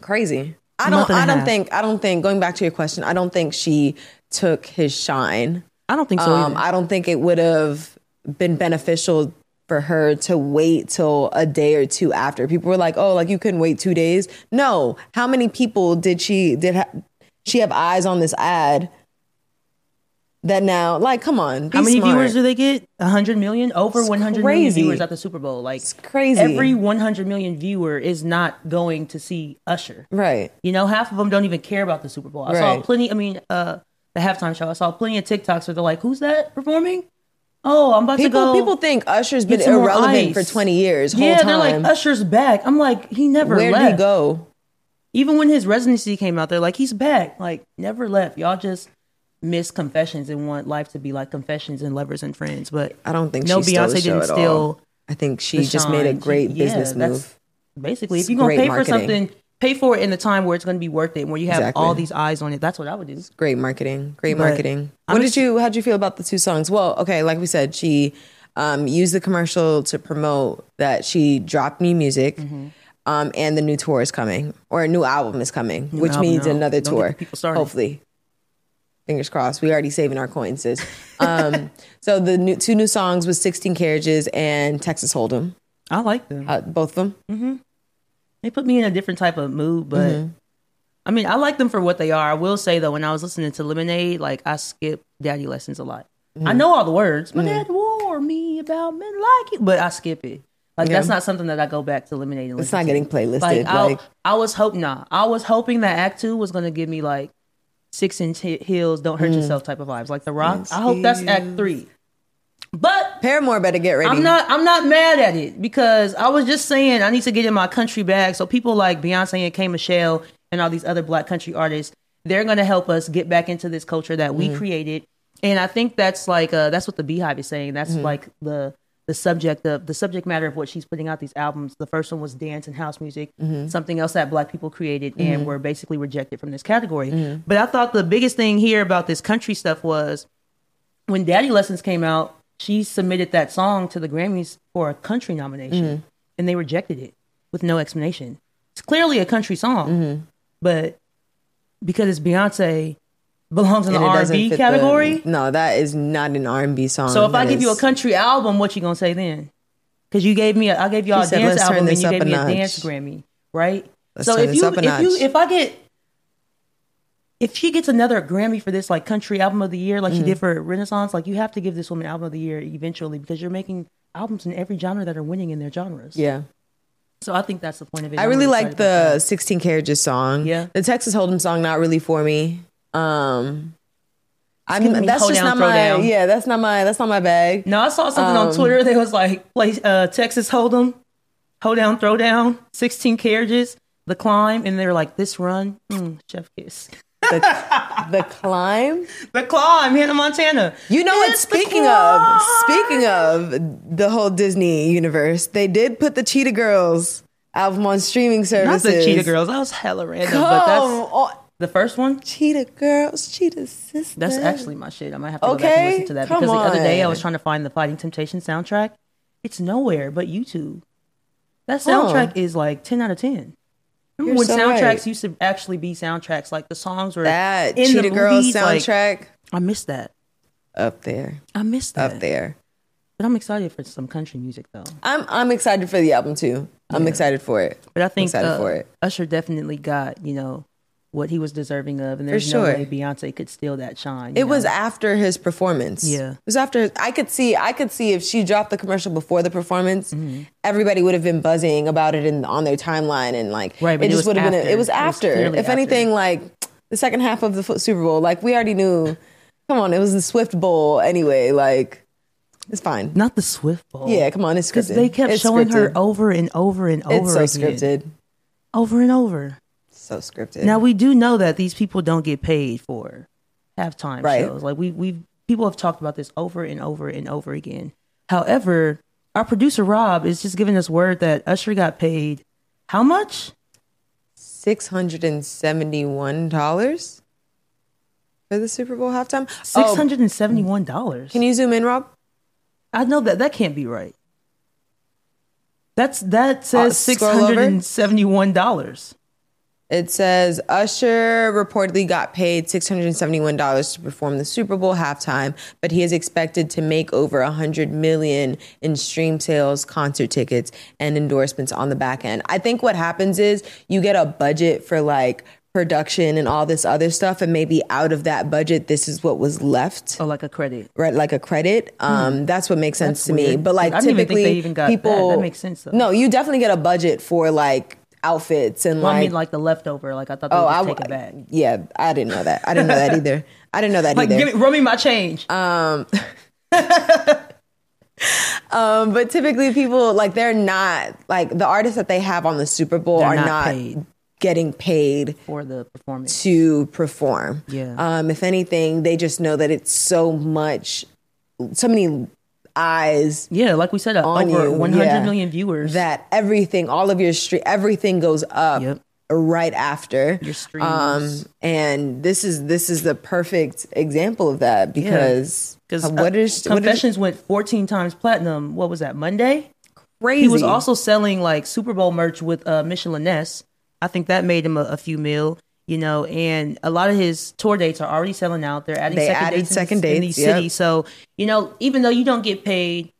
crazy. I
Month
don't.
and a
I don't
half.
think. I don't think. Going back to your question, I don't think she took his shine.
I don't think so.
Um,
either.
I don't think it would have been beneficial for her to wait till a day or two after. People were like, "Oh, like you couldn't wait two days." No. How many people did she did ha- she have eyes on this ad? That now, like, come on. Be
How many
smart.
viewers do they get? 100 million? Over one hundred million
crazy.
viewers at the Super Bowl. Like, it's
crazy.
Every 100 million viewer is not going to see Usher.
Right.
You know, half of them don't even care about the Super Bowl. I saw
Right.
plenty, I mean, uh, the halftime show, I saw plenty of TikToks where they're like, who's that performing? Oh, I'm about
People
to go.
people think Usher's been
some more
irrelevant
ice.
for twenty years. Whole
yeah,
time.
they're like, Usher's back. I'm like, he never
Where did
left.
he go?
Even when his residency came out, they're like, he's back. Like, never left. Y'all just miss confessions and want life to be like confessions and lovers and friends. But
I don't think
no,
she stole
Beyonce
the show
didn't
at all.
steal.
I think she just made a
Deshaun,
great
yeah,
business
that's-
move.
Basically,
It's
if you're gonna
great
pay for
marketing.
something, pay for it in the time where it's gonna be worth it, and where you have
Exactly.
all these eyes on it. That's what I would do.
Great marketing. Great
But
marketing.
I'm
what
just-
did you? How'd you feel about the two songs? Well, okay, like we said, she. um, used the commercial to promote that she dropped new music.
Mm-hmm.
Um, and the new tour is coming, or a new album is coming, which
album,
means
no.
another
Don't get the
tour.
people started.
Hopefully, fingers crossed. We already saving our coins, sis. Um, so the new, two new songs was "16 Carriages" and "Texas Hold'em."
I like them.
Uh, both of them.
Mm-hmm. They put me in a different type of mood, but
Mm-hmm.
I mean, I like them for what they are. I will say though, when I was listening to Lemonade, like I skipped Daddy Lessons a lot.
Mm-hmm.
I know all the words, but that war me about men like you, but I skip it. Like that's not something that I go back to Lemonade. And
It's
listen
not
to.
getting playlisted.
Like,
Like,
I, I was hoping not. I was hoping that Act Two was gonna give me like six inch he- heels, don't hurt yourself type of vibes, like The Rock. I hope that's Act Three. But
Paramore better get ready.
I'm not. I'm not mad at it because I was just saying I need to get in my country bag. So people like Beyonce and K Michelle and all these other Black country artists, they're gonna help us get back into this culture that we created. And I think that's like uh, that's what the Beehive is saying. That's like the the subject of the subject matter of what she's putting out these albums. The first one was dance and house music, something else that Black people created and were basically rejected from this category. But I thought the biggest thing here about this country stuff was when Daddy Lessons came out, she submitted that song to the Grammys for a country nomination,
Mm-hmm.
and they rejected it with no explanation. It's clearly a country song,
Mm-hmm.
but because it's Beyonce, belongs in
And
the
it
R and
doesn't
B
fit the-
category.
no, that is not an R and B song.
so if I
That
give you a
is-
country album, what you gonna say then? Because you gave me, a, I gave y'all a
She said,
dance
"Let's turn
album, and
this
you
up
gave
a
me
notch."
a dance Grammy, right?
Let's
so
turn
if
this
you,
up a
if you,
notch.
if I get. If she gets another Grammy for this, like country album of the year, like she
Mm-hmm.
did for Renaissance, like you have to give this woman album of the year eventually because you're making albums in every genre that are winning in their genres.
yeah,
So I think that's the point of it.
I
I'm
really like
excited about
the 16 Carriages song.
Yeah.
the Texas Hold'em song not really for me. Um,
giving
I'm
me
that's
hoe
just not
down, throw
my
down.
yeah. That's not my that's not my bag.
that. No, I saw something
Um,
on Twitter that was like, play, uh, Texas Hold'em, Hold Down, Throw Down, 16 Carriages, The Climb, and they're like, this run, mm, Chef Kiss.
The climb.
The Climb, Hannah Montana.
You know what?
It's the
Speaking of speaking of the whole Disney universe, they did put the Cheetah Girls album on streaming
Not
services.
the Cheetah Girls. That was hella random.
Come
but that's
on.
the first one.
Cheetah Girls, Cheetah Sisters.
That's actually my shit. I might have to go back and
Okay,
listen to that
come
because the other day I
on.
was trying to find the Fighting Temptation soundtrack. It's nowhere but YouTube. That soundtrack is like ten out of 10 Remember
You're
when
so
soundtracks
right.
used to actually be soundtracks, like the songs were
that
in the
Cheetah Girls
movies, like-
soundtrack
I missed that.
up there,
I missed that.
up there.
But I'm excited for some country music though.
I'm I'm excited for the album too. I'm excited for it.
But I think
excited
uh,
for it.
Usher definitely got you know what he was deserving of, and there's
sure.
no way Beyonce could steal that shine. you
It was
know?
after his performance.
Yeah.
it was after. I could see. I could see if she dropped the commercial before the performance,
Mm-hmm.
everybody would have been buzzing about it and on their timeline and like.
Right, but
it
it
just
was
would have been.
after.
A, it was
It was
after.
clearly
if
after.
anything, like the second half of the fo- Super Bowl, like we already knew. Come on, it was the Swift Bowl anyway. Like, it's fine.
not the Swift Bowl.
Yeah, come on, it's
Because
scripted.
they kept
It's
showing her
scripted.
over and over and
It's
over
so
again.
scripted.
Over and over.
So scripted.
Now we do know that these people don't get paid for halftime
Right.
shows. Like we we people have talked about this over and over and over again. However, our producer Rob is just giving us word that Usher got paid how much?
six hundred and seventy-one dollars for the Super Bowl halftime.
Six
Oh,
hundred and seventy one dollars.
can you zoom in, Rob?
I know that that can't be right. That's that says six
scroll over.
hundred and seventy one dollars.
It says Usher reportedly got paid six hundred and seventy-one dollars to perform the Super Bowl halftime, but he is expected to make over a hundred million in stream sales, concert tickets, and endorsements on the back end. I think what happens is you get a budget for like production and all this other stuff, and maybe out of that budget, this is what was left.
Oh, like a credit.
right like a credit um that's what makes sense
Hmm. That's
to me
weird.
but like
I didn't even think
typically
they even got that.
people
That makes sense, though.
no you definitely get a budget for like outfits and
Well,
like
I mean, like the leftover. Like I thought they
oh
would
i
just
w-
take it back.
yeah i didn't know that i didn't know that either i didn't know that
Like,
either
give me, run me my change.
um but typically people like they're not like the artists that they have on the super bowl
They're
are
not
not,
paid.
getting paid
for the performance.
to perform
Yeah.
um if anything they just know that it's so much so many eyes
Yeah, like we said, uh,
on
over
you,
one hundred million
yeah.
viewers.
that everything all of your street everything goes up
Yep.
right after your
streams.
and this is this is the perfect example of that because
Because
uh, what is what is
Confessions went 14 times platinum. What was that, Monday?
crazy?
He was also selling like Super Bowl merch with uh, Micheliness. I think that made him a, a few mil, you know. And a lot of his tour dates are already selling out. They're adding
They
second
added
dates in-
second
in
dates,
these
yep.
cities. So you know, even though you don't get paid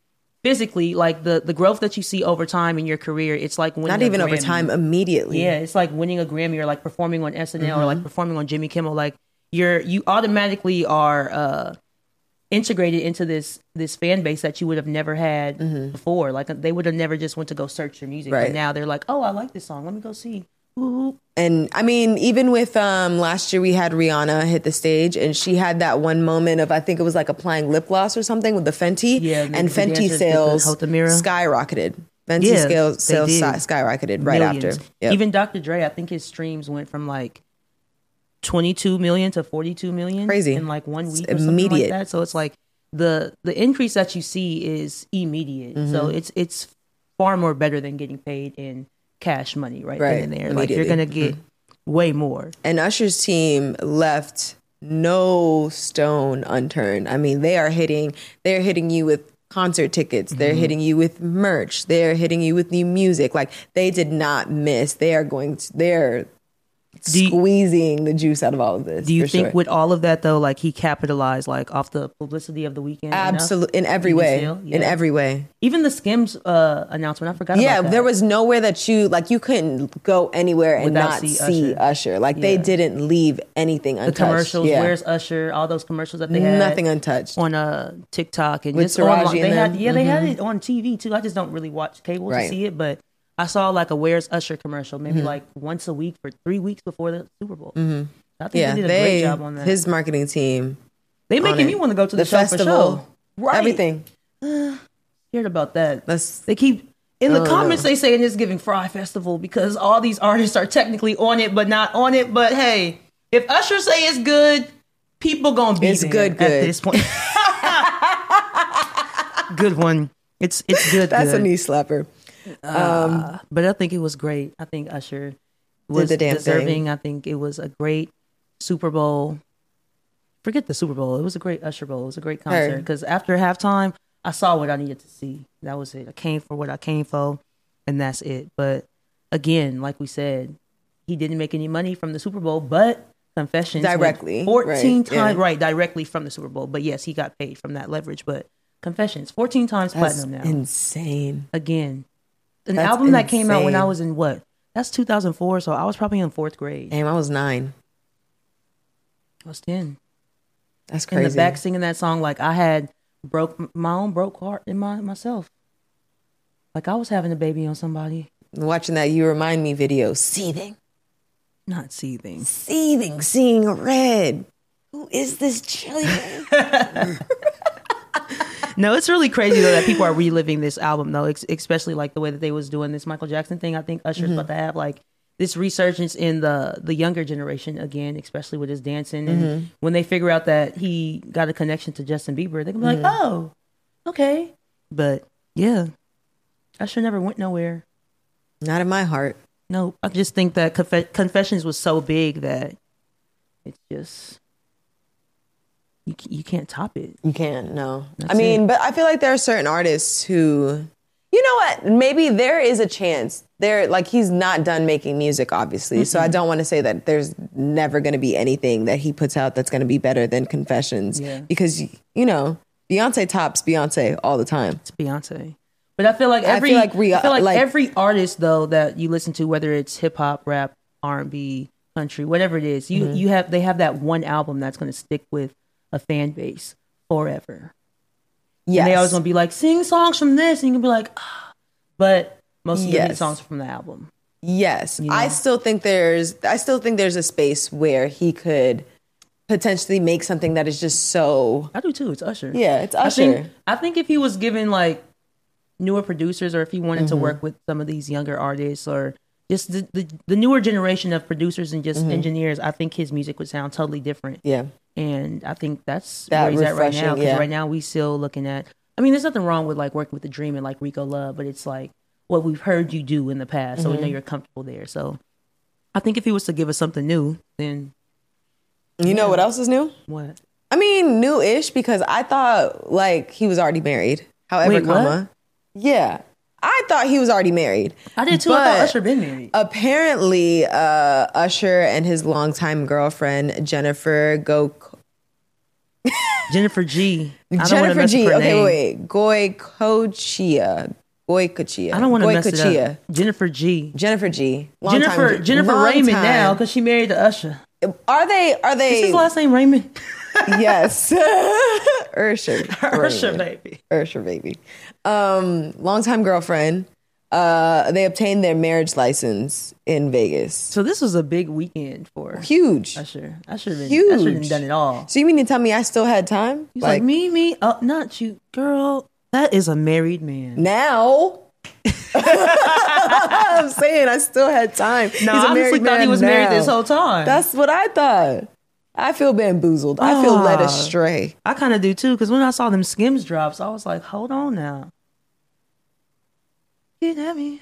physically, like the the growth that you see over time in your career, it's like winning
not
a
even over
Grammy.
time immediately.
Yeah, it's like winning a Grammy or like performing on SNL or like performing on Jimmy Kimmel. Like you're you automatically are uh integrated into this this fan base that you would have never had before. Like they would have never just went to go search your music.
Right.
But now they're like, oh, I like this song. Let me go see. Ooh.
And I mean, even with um last year we had Rihanna hit the stage and she had that one moment of I think it was like applying lip gloss or something with the Fenty.
Yeah, the-
and
the
Fenty
dancers did the
sales
hold the mirror.
skyrocketed. Fenty
Yeah,
scale,
they
sales si-
did.
skyrocketed right
Millions.
after. Yep.
Even Dr. Dre, I think his streams went from like 22 million to 42 million
Crazy.
in like one week
It's
or something
immediate.
like that. So it's like the the increase that you see is immediate. So
Mm-hmm.
it's it's far more better than getting paid in cash money right,
Right,
then and there. Like you're
immediately. Mm-hmm.
gonna get way more.
and Usher's team left no stone unturned. I mean, they are hitting they're hitting you with concert tickets. They're
Mm-hmm.
hitting you with merch. They're hitting you with new music. Like they did not miss. They are going to, they're
Do you-
squeezing the juice out of all of this.
Do you
for
think
sure.
with all of that though, like he capitalized like off the publicity of the weekend? enough?
Absolutely, in every
You
way,
feel?
in
Yeah.
every way.
Even the Skims uh, announcement, I forgot.
Yeah,
about that.
there was nowhere that you like you couldn't go anywhere and
Without
not
see
see Usher.
Usher.
Like they
Yeah.
didn't leave anything
the
untouched.
commercials.
yeah.
Where's Usher? All those commercials that they had.
nothing untouched.
on uh TikTok and
With
just
Taraji
online.
and
They
them. Mm-hmm.
had yeah, they had it on TV too. I just don't really watch cable
Right. Mm-hmm.
to see it, but I saw like a Where's Usher commercial maybe like once a week for three weeks before the Super Bowl. I think
yeah,
they did a
they
great job on that.
his marketing team,
they making
it.
me want to go to the,
the
show
festival,
for show. Right.
everything.
Heard about that?
That's
They keep in
Oh,
the comments they saying it's giving Fry Festival because all these artists are technically on it but not on it. But hey, if Usher say it's good, people gonna be
It's
there
good, good.
at this point. good one. It's it's good.
that's
good.
a knee slapper.
but I think it was great. I think Usher was
the damn
deserving.
thing.
I think it was a great Super Bowl. Forget the Super Bowl. It was a great Usher Bowl. It was a great concert because after halftime, I saw what I needed to see. That was it. I came for what I came for, and that's it. But again, like we said, he didn't make any money from the Super Bowl, but confessions went
Directly,
fourteen
right, yeah.
times right directly from the Super Bowl. But yes, he got paid from that leverage. But confessions fourteen times
That's
platinum now
insane.
again. An
That's
album that came out when I
insane.
was in what? That's 2004, so I was probably in fourth grade.
Damn, I was nine.
I was 10.
That's
In
crazy.
the back singing that song, like I had broke my own broke heart in my myself. Like I was having a baby on somebody,
Watching that, you remind me video, seething,
not seething.
seething, seeing red. Who is this chili?
No, it's really crazy though that people are reliving this album though, ex- especially like the way that they was doing this Michael Jackson thing. I think Usher's about to have like this resurgence in the the younger generation again, especially with his dancing. And when they figure out that he got a connection to Justin Bieber, they can be like, "Oh, okay." But yeah, Usher never went nowhere.
Not in my heart.
No, I just think that Confe- Confessions was so big that it's just you c- you can't top it.
You can't, no. I
That's
mean, but I feel like there are certain artists who, you know what? Maybe there is a chance. There, like, he's not done making music, obviously. So I don't want to say that there's never going to be anything that he puts out that's going to be better than Confessions.
Yeah.
Because, you know, Beyonce tops Beyonce all the time.
It's Beyonce. But I feel like
I
every
feel
I
like
feel
Rih-
like,
like-
every artist though that you listen to, whether it's hip hop, rap, R and B, country, whatever it is, you
Mm-hmm.
you have they have that one album that's going to stick with a fan base forever.
Yes.
And they always going to be like, sing songs from this, and you can be like, ah. but most of your hit
Yes.
songs are from the album.
Yes, I still think there's I still think there's a space where he could potentially make something that is just so
I do too. It's Usher.
Yeah, it's
I think,
Usher.
I think if he was given like newer producers, or if he wanted
Mm-hmm.
to work with some of these younger artists, or just the, the, the newer generation of producers and
Mm-hmm.
just engineers, I think his music would sound totally different.
yeah.
And I think that's
That
where he's at right now.
refreshing,
Because
yeah.
right now we still looking at. I mean, there's nothing wrong with like working with the Dream and
Mm-hmm.
like Rico Love, but it's like what we've heard you do in the past, so we know you're comfortable there. So I think if he was to give us something new, then
You know what else is new?
what?
I mean, new-ish because I thought like he was already married. However,
Wait, what?
comma, yeah, I thought he was already married.
I did too. I thought
But-
Usher been married.
Apparently, uh, Usher and his longtime girlfriend Jennifer Go
Jennifer G. I don't wanna
Jennifer
mess up
G.
her
Okay,
name.
wait, Goycochia, Goycochia.
I don't want to mess it up. Jennifer G.
Jennifer G. Long
Jennifer
time-
Jennifer
long
Raymond
time.
now because she married to Usher.
Are they? Are
Is
they?
his last name Raymond?
yes. Usher.
Usher,
Raymond.
baby.
Usher baby. Um, longtime girlfriend. Uh, they obtained their marriage license in Vegas.
So this was a big weekend for
Huge.
Usher. Usher been,
Huge.
Usher done done it all.
So you mean to tell me I still had time?
He's like, me, me, oh, not you, girl. That is a married man.
now. I'm saying I still had time.
No,
He's a
I honestly
married
thought he
man
was married
now.
this whole time.
That's what I thought. I feel bamboozled. I feel led
Ah.
astray.
I kind of do too, because when I saw them Skims drops, I was like, hold on now. Get at me.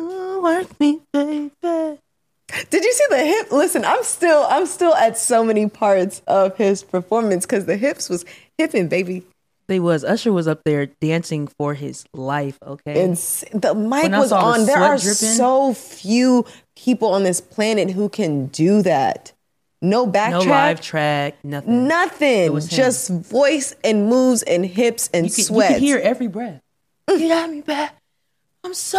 Ooh, work me, baby.
Did you see the hip? Listen, I'm still I'm still at so many parts of his performance because the hips was hipping, baby.
They was. Usher was up there dancing for his life, okay?
And s- the mic
When I
was
saw the
on. There
sweat
are
dripping.
so few people on this planet who can do that. No backtrack,
no live track, nothing.
nothing.
was him.
Just voice and moves and hips and
you could,
sweat.
You could hear every breath. Get at me, back. I'm so.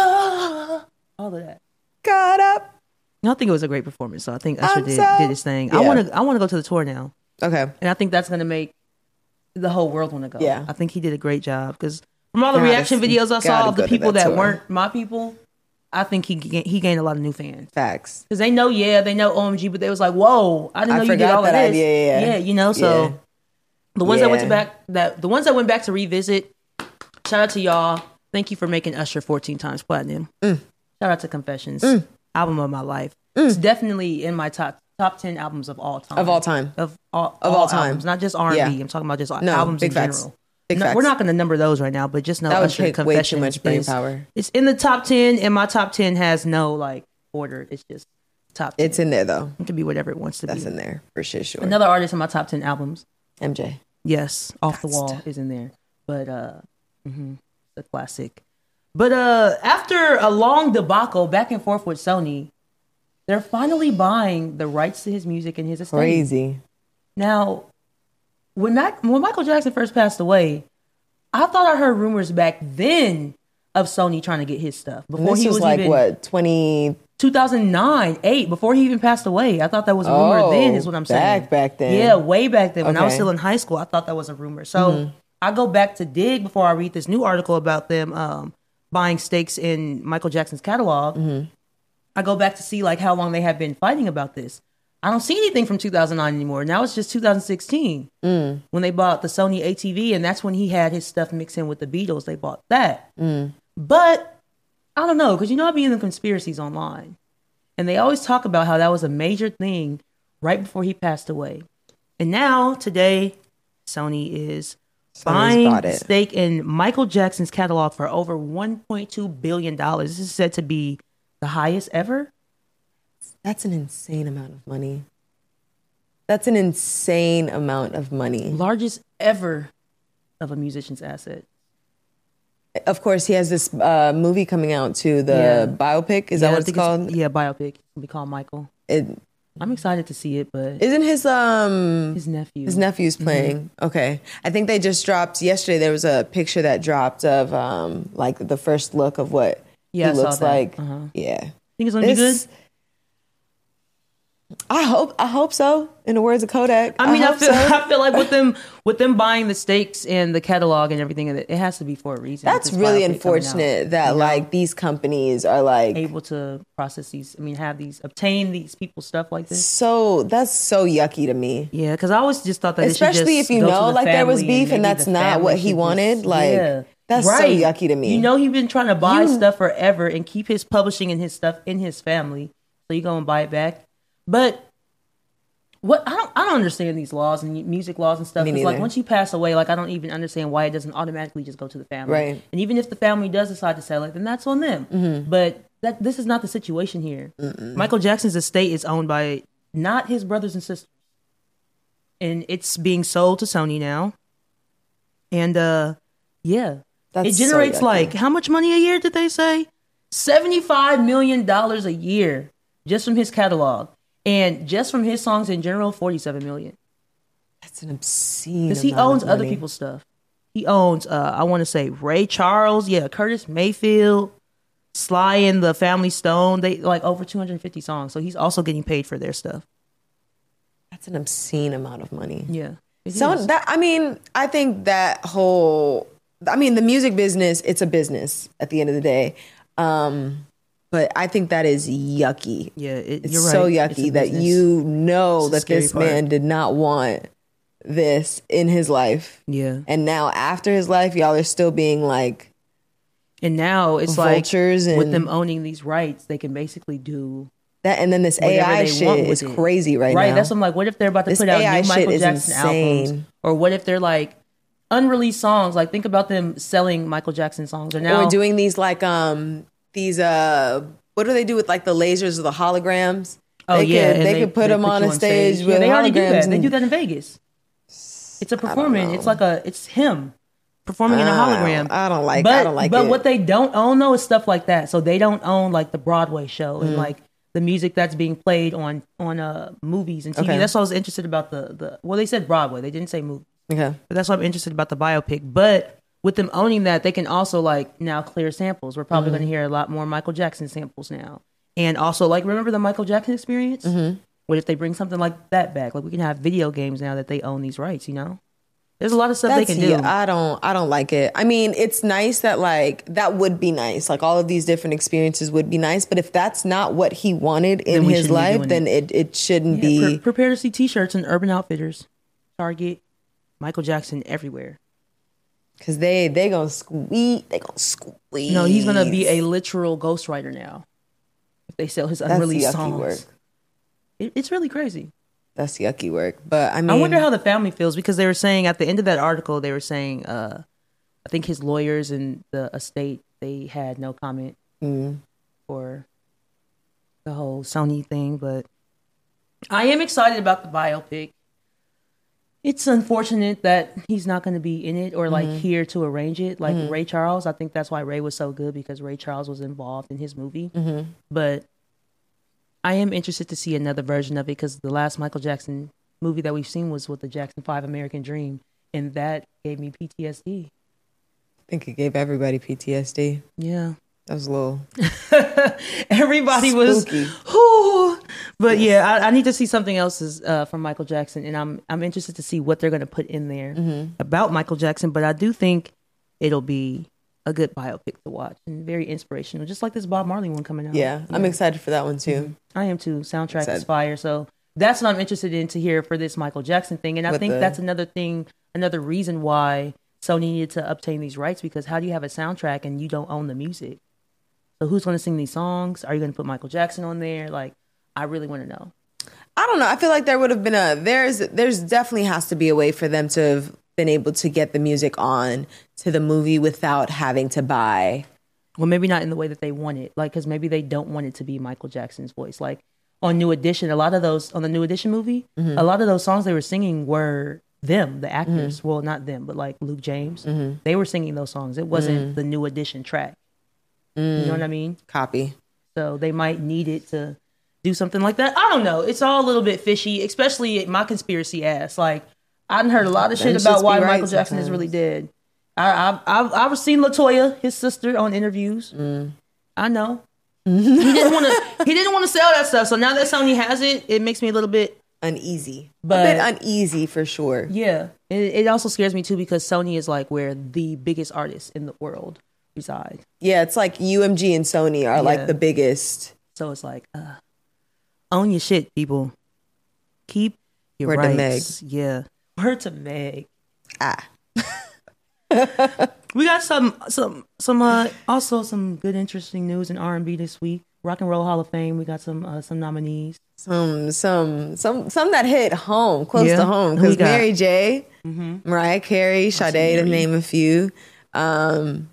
All of that.
Got up.
And I think it was a great performance, so I think Usher
I'm
did,
so-
did his thing. I
Yeah.
want to I want to go to the tour now.
Okay.
and I think that's gonna make the whole world want to go.
Yeah.
I think he did a great job because from all the
Gotta-
reaction videos I saw
gotta
of
go
the
to
people
that
that,
tour.
weren't my people, I think he ga- he gained a lot of new fans
Facts.
because they know yeah they know OMG, but they was like whoa I didn't
I
know you did
forgot
all of
that
this
idea, yeah, yeah.
you know so
Yeah.
the ones that went to
Yeah.
back that the ones that went back to revisit, shout out to y'all. Thank you for making Usher 14 times platinum.
Mm.
Shout out to Confessions, album of my life. It's definitely in my top top 10 albums of all time.
Of all time.
Of all,
Of
all
all time.
albums, not just R&B.
Yeah.
I'm talking about just
No,
albums
big
in
facts.
general.
Big
No,
facts.
we're not going to number those right now, but just know
That would
Usher
take way too
Confessions
much brain
is-
power.
It's in the top 10 and my top 10 has no like order. It's just top 10.
It's in there though.
it can be whatever it wants to
That's
be.
in there for sure. Sure.
Another artist in my top 10 albums
MJ.
Yes, off the wall is in there, but uh, mhm, the classic. But uh, after a long debacle back and forth with Sony, they're finally buying the rights to his music and his estate.
Crazy.
Now, when Mac- when Michael Jackson first passed away, I thought I heard rumors back then of Sony trying to get his stuff before
this
he
was, like
even
what 20
2009, 8, before he even passed away. I thought that was a rumor
Oh,
then, is what I'm saying.
back- back then.
Yeah, way back then. When I
Okay.
was
Mm-hmm.
still in high school, I thought that was a rumor. So I go back to dig before I read this new article about them um, buying stakes in Michael Jackson's catalog.
Mm-hmm.
I go back to see like how long they have been fighting about this. I don't see anything from 2009 anymore. Now it's just 2016
Mm.
when they bought the Sony ATV, and that's when he had his stuff mixed in with the Beatles. They bought that.
Mm.
But I don't know, because you know, I be in the conspiracies online, and they always talk about how that was a major thing right before he passed away. And now, today, Sony is buying
bought it.
stake in Michael Jackson's catalog for over $1.2 billion. This is said to be the highest ever.
That's an insane amount of money. That's an insane amount of money.
largest ever of a musician's asset.
Of course, he has this uh, movie coming out too. The
Yeah.
biopic is that
Yeah, I
what it's
think
called?
yeah, biopic. It'll be called Michael.
It,
I'm excited to see it, but
isn't his um
his nephew.
his nephew's
Mm-hmm.
playing? Okay, I think they just dropped yesterday. There was a picture that dropped of um like the first look of what
Yeah, I
he
saw
looks
that.
like.
Uh-huh.
Yeah,
Think it's gonna be good.
This- I hope I hope so. In the words of Kodak,
I mean, I,
hope
feel
so.
I feel like with them with them buying the stakes and the catalog and everything, it it has to be for a reason.
That's
This
really
biopic coming out,
unfortunate that like these companies are like
Able to process these. I mean, have these obtain these people's stuff like this.
so that's so yucky to me.
Yeah, because I always just thought that. it should
Especially
just
if you
go to
know,
the
like, there was
family
beef and
maybe
that's
the
not
family
what he
should
wanted, like, that's so yucky to me.
You know, he's been trying to buy stuff forever and keep his publishing and his stuff in his family, so you go and buy it back. But what I don't, I don't understand these laws and music laws and stuff.
Me
It's like
neither.
once you pass away, like I don't even understand why it doesn't automatically just go to the family.
Right. Mm-hmm.
And even if the family does decide to sell it, then that's on them. But that this is not the situation here. Michael Jackson's estate is owned by not his brothers and sisters, and it's being sold to Sony now. And uh, yeah,
That's
it
so
generates
yucky.
like how much money a year did they say? Seventy-five million dollars a year just from his catalog, and just from his songs in general, forty-seven million.
That's an obscene.
Because he
amount of
owns other
money.
people's stuff. He owns, uh, I want to say, Ray Charles, yeah, Curtis Mayfield, Sly and the Family Stone. They like over 250 songs. So he's also getting paid for their stuff.
That's an obscene amount of money.
Yeah. It
So
is.
that I mean, I think that whole I mean, the music business, it's a business at the end of the day. Um but I think that is yucky.
yeah, it,
It's
you're right.
so
It's a
yucky that
business.
you know
It's the
that this
scary part.
man did not want this in his life.
Yeah.
And now after his life, y'all are still being like
And now it's like
Vultures
with
and-
them owning these rights, they can basically do
that and then this
whatever
AI
they want
shit
with
is
it.
crazy right,
Right.
now.
That's what I'm like. What if they're about to
This
put out
AI
new
shit
Michael
is
Jackson albums?
insane.
Or what if they're like unreleased songs? Like think about them selling Michael Jackson songs. Or now
We're doing these like um these uh what do they do with like the lasers or the holograms?
Oh
they
yeah,
could,
and
they, could put
they
them on
you
a stage
Yeah,
with
they already do
holograms.
that. They
and-
do that in Vegas. It's a performance. It's
know.
like a it's him performing in a
I don't-
hologram.
I don't like- I
But,
don't like
But
it.
what they don't own though is stuff like that. So they don't own like the Broadway show
Mm.
and like the music that's being played on on uh movies and TV.
Okay.
That's why I was interested about the the well they said Broadway. They didn't say movie.
Okay.
But that's why I'm interested about the biopic. But with them owning that, they can also like now clear samples. We're probably going
Mm-hmm.
to hear a lot more Michael Jackson samples now. And also, like, remember the Michael Jackson experience? Mm-hmm. What if they bring something like that back? Like, we can have video games now that they own these rights, you know? There's a lot of stuff
That's,
they can do.
yeah, I don't I don't like it. I mean, it's nice that like that would be nice. Like all of these different experiences would be nice, but if that's not what he wanted in
Then we
his
shouldn't be
life,
doing
then it it shouldn't
Yeah,
be
pre- prepare to see t shirts and Urban Outfitters, Target, Michael Jackson everywhere.
cuz they they going to squeeze, they going to squeeze.
No, he's going to be a literal ghostwriter now if they sell his
That's
unreleased
yucky
songs.
work.
It, it's really crazy.
That's yucky work. But I mean
I wonder how the family feels because they were saying at the end of that article they were saying uh I think his lawyers and the estate they had no comment Mm-hmm. for the whole Sony thing, but I am excited about the biopic. It's unfortunate that he's not going to be in it or like here to arrange it. Like Ray Charles, I think that's why Ray was so good because Ray Charles was involved in his movie. But I am interested to see another version of it because the last Michael Jackson movie that we've seen was with the Jackson Five American Dream, and that gave me PTSD.
I think it gave everybody PTSD.
Yeah,
That was a little
everybody
Spooky.
was. Whoo! But yeah, I, I need to see something else is, uh, from Michael Jackson, and I'm I'm interested to see what they're going to put in there
Mm-hmm.
about Michael Jackson. But I do think it'll be a good biopic to watch and very inspirational, just like this Bob Marley one coming out.
yeah, I'm excited for that one too.
I am too. Soundtrack
Sad.
is fire. So that's what I'm interested in to hear for this Michael Jackson thing. And I
With
think
the-
that's another thing, another reason why Sony needed to obtain these rights because how do you have a soundtrack and you don't own the music? So who's going to sing these songs? Are you going to put Michael Jackson on there? Like, I really want to know.
I don't know. I feel like there would have been a there's there's definitely has to be a way for them to have been able to get the music on to the movie without having to buy.
Well, maybe not in the way that they want it. Like, because maybe they don't want it to be Michael Jackson's voice. Like on New Edition, a lot of those on the New Edition movie, a lot of those songs they were singing were them, the actors. Well, not them, but like Luke James. They were singing those songs. It wasn't the New Edition track. You know what I mean?
Copy.
So they might need it to do something like that. I don't know. It's all a little bit fishy, especially my conspiracy ass. Like I done heard a lot of shit
Them
about
shits
why
be right
Michael Jackson is really dead. I, I've, I've I've seen Latoya, his sister, on interviews.
Mm.
I know he didn't want to. He didn't want to sell that stuff. So now that Sony has it, it makes me a little bit.
Uneasy.
But-
a bit uneasy for sure.
Yeah, it, it also scares me too because Sony is like where the biggest artists in the world reside.
Yeah, it's like UMG and Sony are
Yeah.
like the biggest
So it's like, uh, own your shit, people. Keep your
Word to
rights. Yeah. Word to Meg.
ah.
We got some some some uh also some good interesting news in R and B this week. Rock and Roll Hall of Fame. We got some uh, some nominees.
Some some some some that hit home, close
Yeah.
to home.
Who
Because
we got? Mm-hmm.
Mary J, Mariah Carey, Sade, to name a few. Um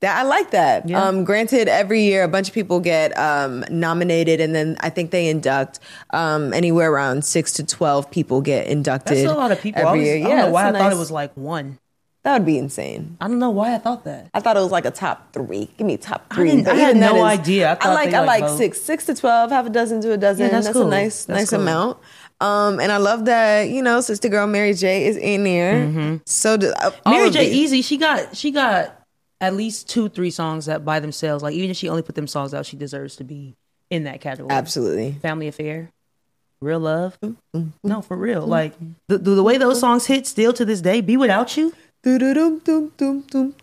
That I like that. Um, granted, every year a bunch of people get um, nominated, and then I think they induct um, anywhere around six to twelve people get inducted.
That's a lot of people. I,
every
was,
year.
I don't know
that's
why
a
I thought it
nice-
was like one.
That would be insane.
I don't know why I thought that.
I thought it was like a top three. Give me top three.
didn't-
But
I had
even that
no
is-
idea. I
I,
thought
like
they,
I
like,
like
vote.
six, six to twelve, half a dozen to a dozen.
that's
that's
cool.
a nice,
That's
nice
cool.
amount. Um, and I love that you know, sister girl Mary J is in there. So do, uh, all
Mm-hmm. Mary
of
J. E-
these.
Easy, she got she got at least two, three songs that by themselves. Like even if she only put them songs out, she deserves to be in that category.
absolutely.
Family Affair, Real Love.
Mm-hmm.
No, for real. Like the, the the way those songs hit still to this day, Be Without You,
They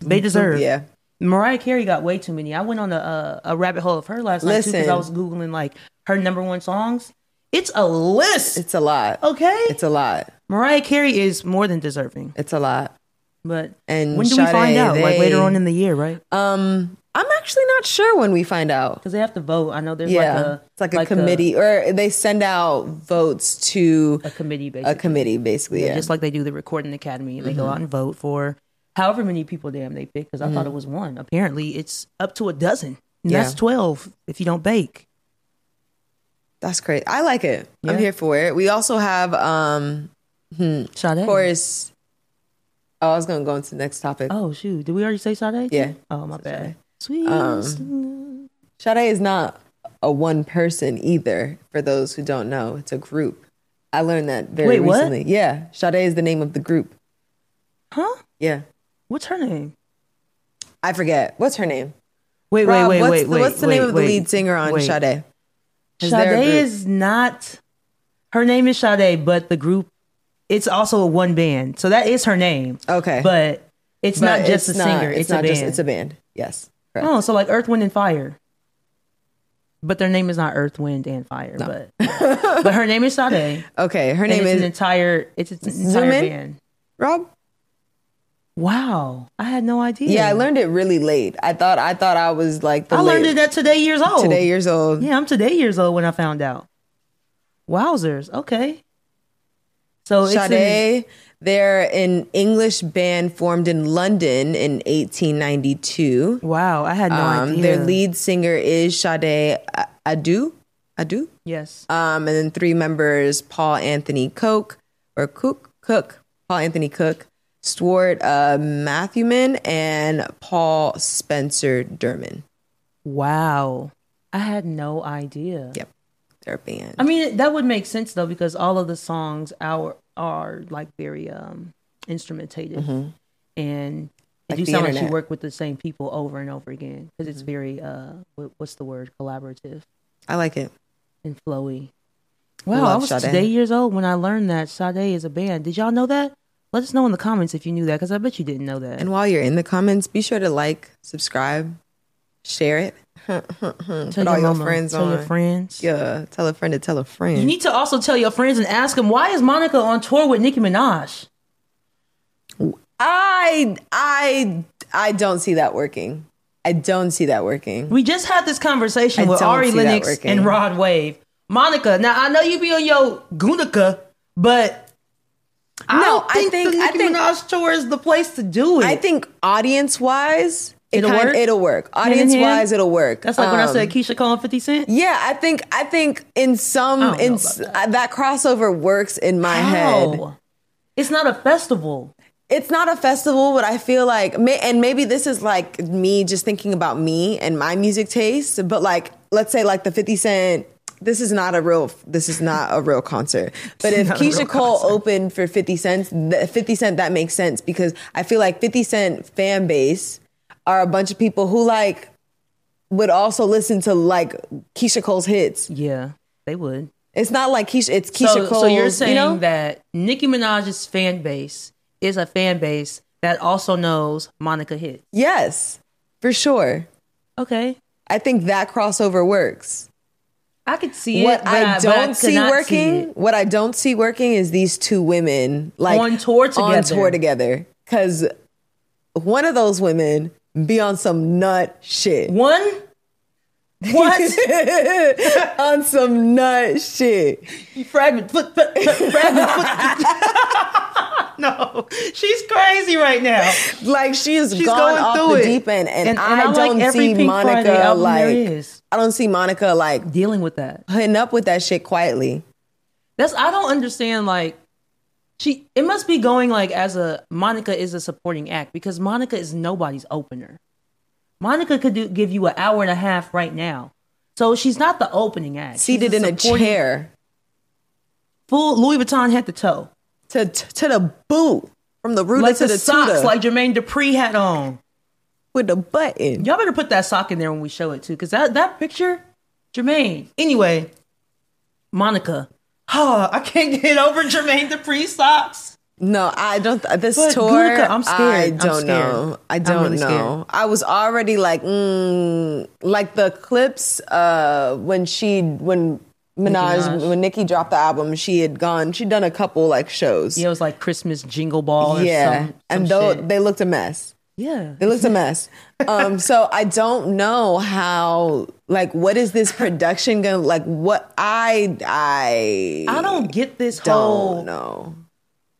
they deserve.
Yeah.
Mariah Carey got way too many. I went on a a, a rabbit hole of her last night because
Listen.
I was googling like her number one songs. It's a list.
It's a lot.
okay.
It's a lot.
Mariah Carey is more than deserving.
It's a lot.
But
And
when do we
Sade,
find out? Like
they-
later on in the year, right?
Um, I'm actually not sure when we find out.
Because they have to vote. I know there's
Yeah,
like a
it's like a committee, or they send out votes to
a committee basically.
a committee, basically. Yeah. Mm-hmm.
Just like they do the recording academy, they go out and vote for however many people damn they pick. Because I thought it was one. Apparently, it's up to a dozen. And
Yeah.
That's twelve if you don't bake.
That's great. I like it. I'm
Yeah.
here for it. We also have, um,
Sade.
of course. Oh, I was gonna go into the next topic.
Oh shoot! Did we already say Sade? too?
Yeah. Um,
Oh my bad. Sweet.
Sade is not a one person either. For those who don't know, it's a group. I learned that very
Wait, what?
recently. Yeah, Sade is the name of the group.
huh?
Yeah,
What's her name?
I forget what's her name.
Wait,
Rob,
wait, wait,
what's
wait,
the,
wait.
What's the name
wait,
of the
wait,
lead singer on
wait.
Sade? Is there a
Sade
group?
is not. Her name is Sade, but the group, it's also a one band, so that is her name.
Okay.
but it's
But
not just a
not-
singer; it's, a
not
band.
Just, it's a band. Yes. Correct.
oh, so like Earth, Wind, and Fire, but their name is not Earth, Wind, and Fire. But but her name is Sade.
Okay. Her
Her name
name
it's Oh. is an
is
entire. It's an entire
Zoom in?
band.
Rob.
Wow, I had no idea.
Yeah, I learned it really late. I thought I thought I was like the
I learned
late-
it at today years old.
today years old.
Yeah, I'm today years old when I found out. Wowzers. Okay. So it's in,
Sade. They're an English band formed in London in 1892.
wow, I had no
Um,
idea.
their lead singer is Sade A- Adu. Adu.
yes.
Um, and then three members: Paul Anthony Cook or Cook Cook, Paul Anthony Cook, Stuart uh, Matthewman, and Paul Spencer Durman.
Wow. I had no idea.
Yep, they're a band.
I mean, that would make sense though because all of the songs are are like very um instrumentated and it
Mm-hmm. Like
do
the
sound like
internet. Mm-hmm.
you work with the same people over and over again because it's very uh what, what's the word collaborative
I like it.
and flowy. Wow, I
Love
was
Sade.
today years old when I learned that Sade is a band. Did y'all know that? Let us know in the comments if you knew that, because I bet you didn't know that.
And while you're in the comments, be sure to like, subscribe, share it.
tell
all your friends
tell your
on.
friends.
Yeah, tell a friend to tell a friend.
You need to also tell your friends and ask them why is Monica on tour with Nicki Minaj?
I I I don't see that working. I don't see that working.
We just had this conversation
I
with
don't
Ari
see that
Lennox
working.
and Rod Wave. Monica, now I know you be on your Gunica, but I
No,
don't
I
think,
think-
the
I
Nicki
think-
Minaj tour is the place to do it.
I think audience wise, it
It'll
kind
work?
it'll work.
in
Audience wise,
hand?
it'll work.
That's like when I
Um,
said Keisha Cole and 50 Cent.
Yeah, I think I think in some
I don't know
in
about
s-
that.
uh, that crossover works in my head.
How? It's not a festival.
It's not a festival, but I feel like may, and maybe this is like me just thinking about me and my music taste, but like let's say like the 50 cent this is not a real this is not a real concert. But if
Not a real
Keisha Cole
concert.
opened for 50 cents, th- 50 cent that makes sense because I feel like 50 cent fan base are a bunch of people who like would also listen to like Keisha Cole's hits.
Yeah, they would.
It's not like Keisha. It's Keisha
so,
Cole.
so you're saying
you know?
that Nicki Minaj's fan base is a fan base that also knows Monica hit.
Yes, for sure.
Okay.
I think that crossover works.
I could see it. uh,
what
but
I
but
don't
could
see
not
working,
it.
what I don't see working, is these two women like
On tour
On
together.
tour together, because one of those women be on some nut shit.
One, what?
on some nut shit.
fragment, foot, foot, foot, fragment, foot. no, she's crazy right now.
Like she is
She's
gone
going
off
through
the
it.
deep end, and,
And- and
I
I like
don't
every
see
Pink Friday
Monica
album
like
there is.
I don't see Monica like
Dealing with that.
putting up with that shit quietly.
That's I don't understand. Like she, it must be going like as a Monica is a supporting act because Monica is nobody's opener. Monica could do, give you an hour and a half right now, so she's not the opening act.
Seated
She's
in a
supporting-
chair
full Louis Vuitton head to toe,
to to the boot from the rooter
like
to
the,
the,
socks,
tutor,
like Jermaine Dupri had on.
with the button.
Y'all better put that sock in there when we show it too, because that that picture, Jermaine. Anyway, Monica. Oh, I can't get over Jermaine Dupri socks.
No, I don't. This
But
tour,
Gulica, I'm scared.
I
I'm
don't
scared.
know. I
I'm
don't
really
know.
scared.
I was already like, mm, like the clips uh, when she when Minaj,
Minaj.
when Nicki dropped the album, she had gone. She'd done a couple like shows.
Yeah, it was like Christmas jingle ball. Or
yeah,
some, some
and though
shit.
they looked a mess.
yeah,
It looks a mess. Um, so I don't know how, like, what is this production gonna like? What I I
I don't get this
don't
whole
know.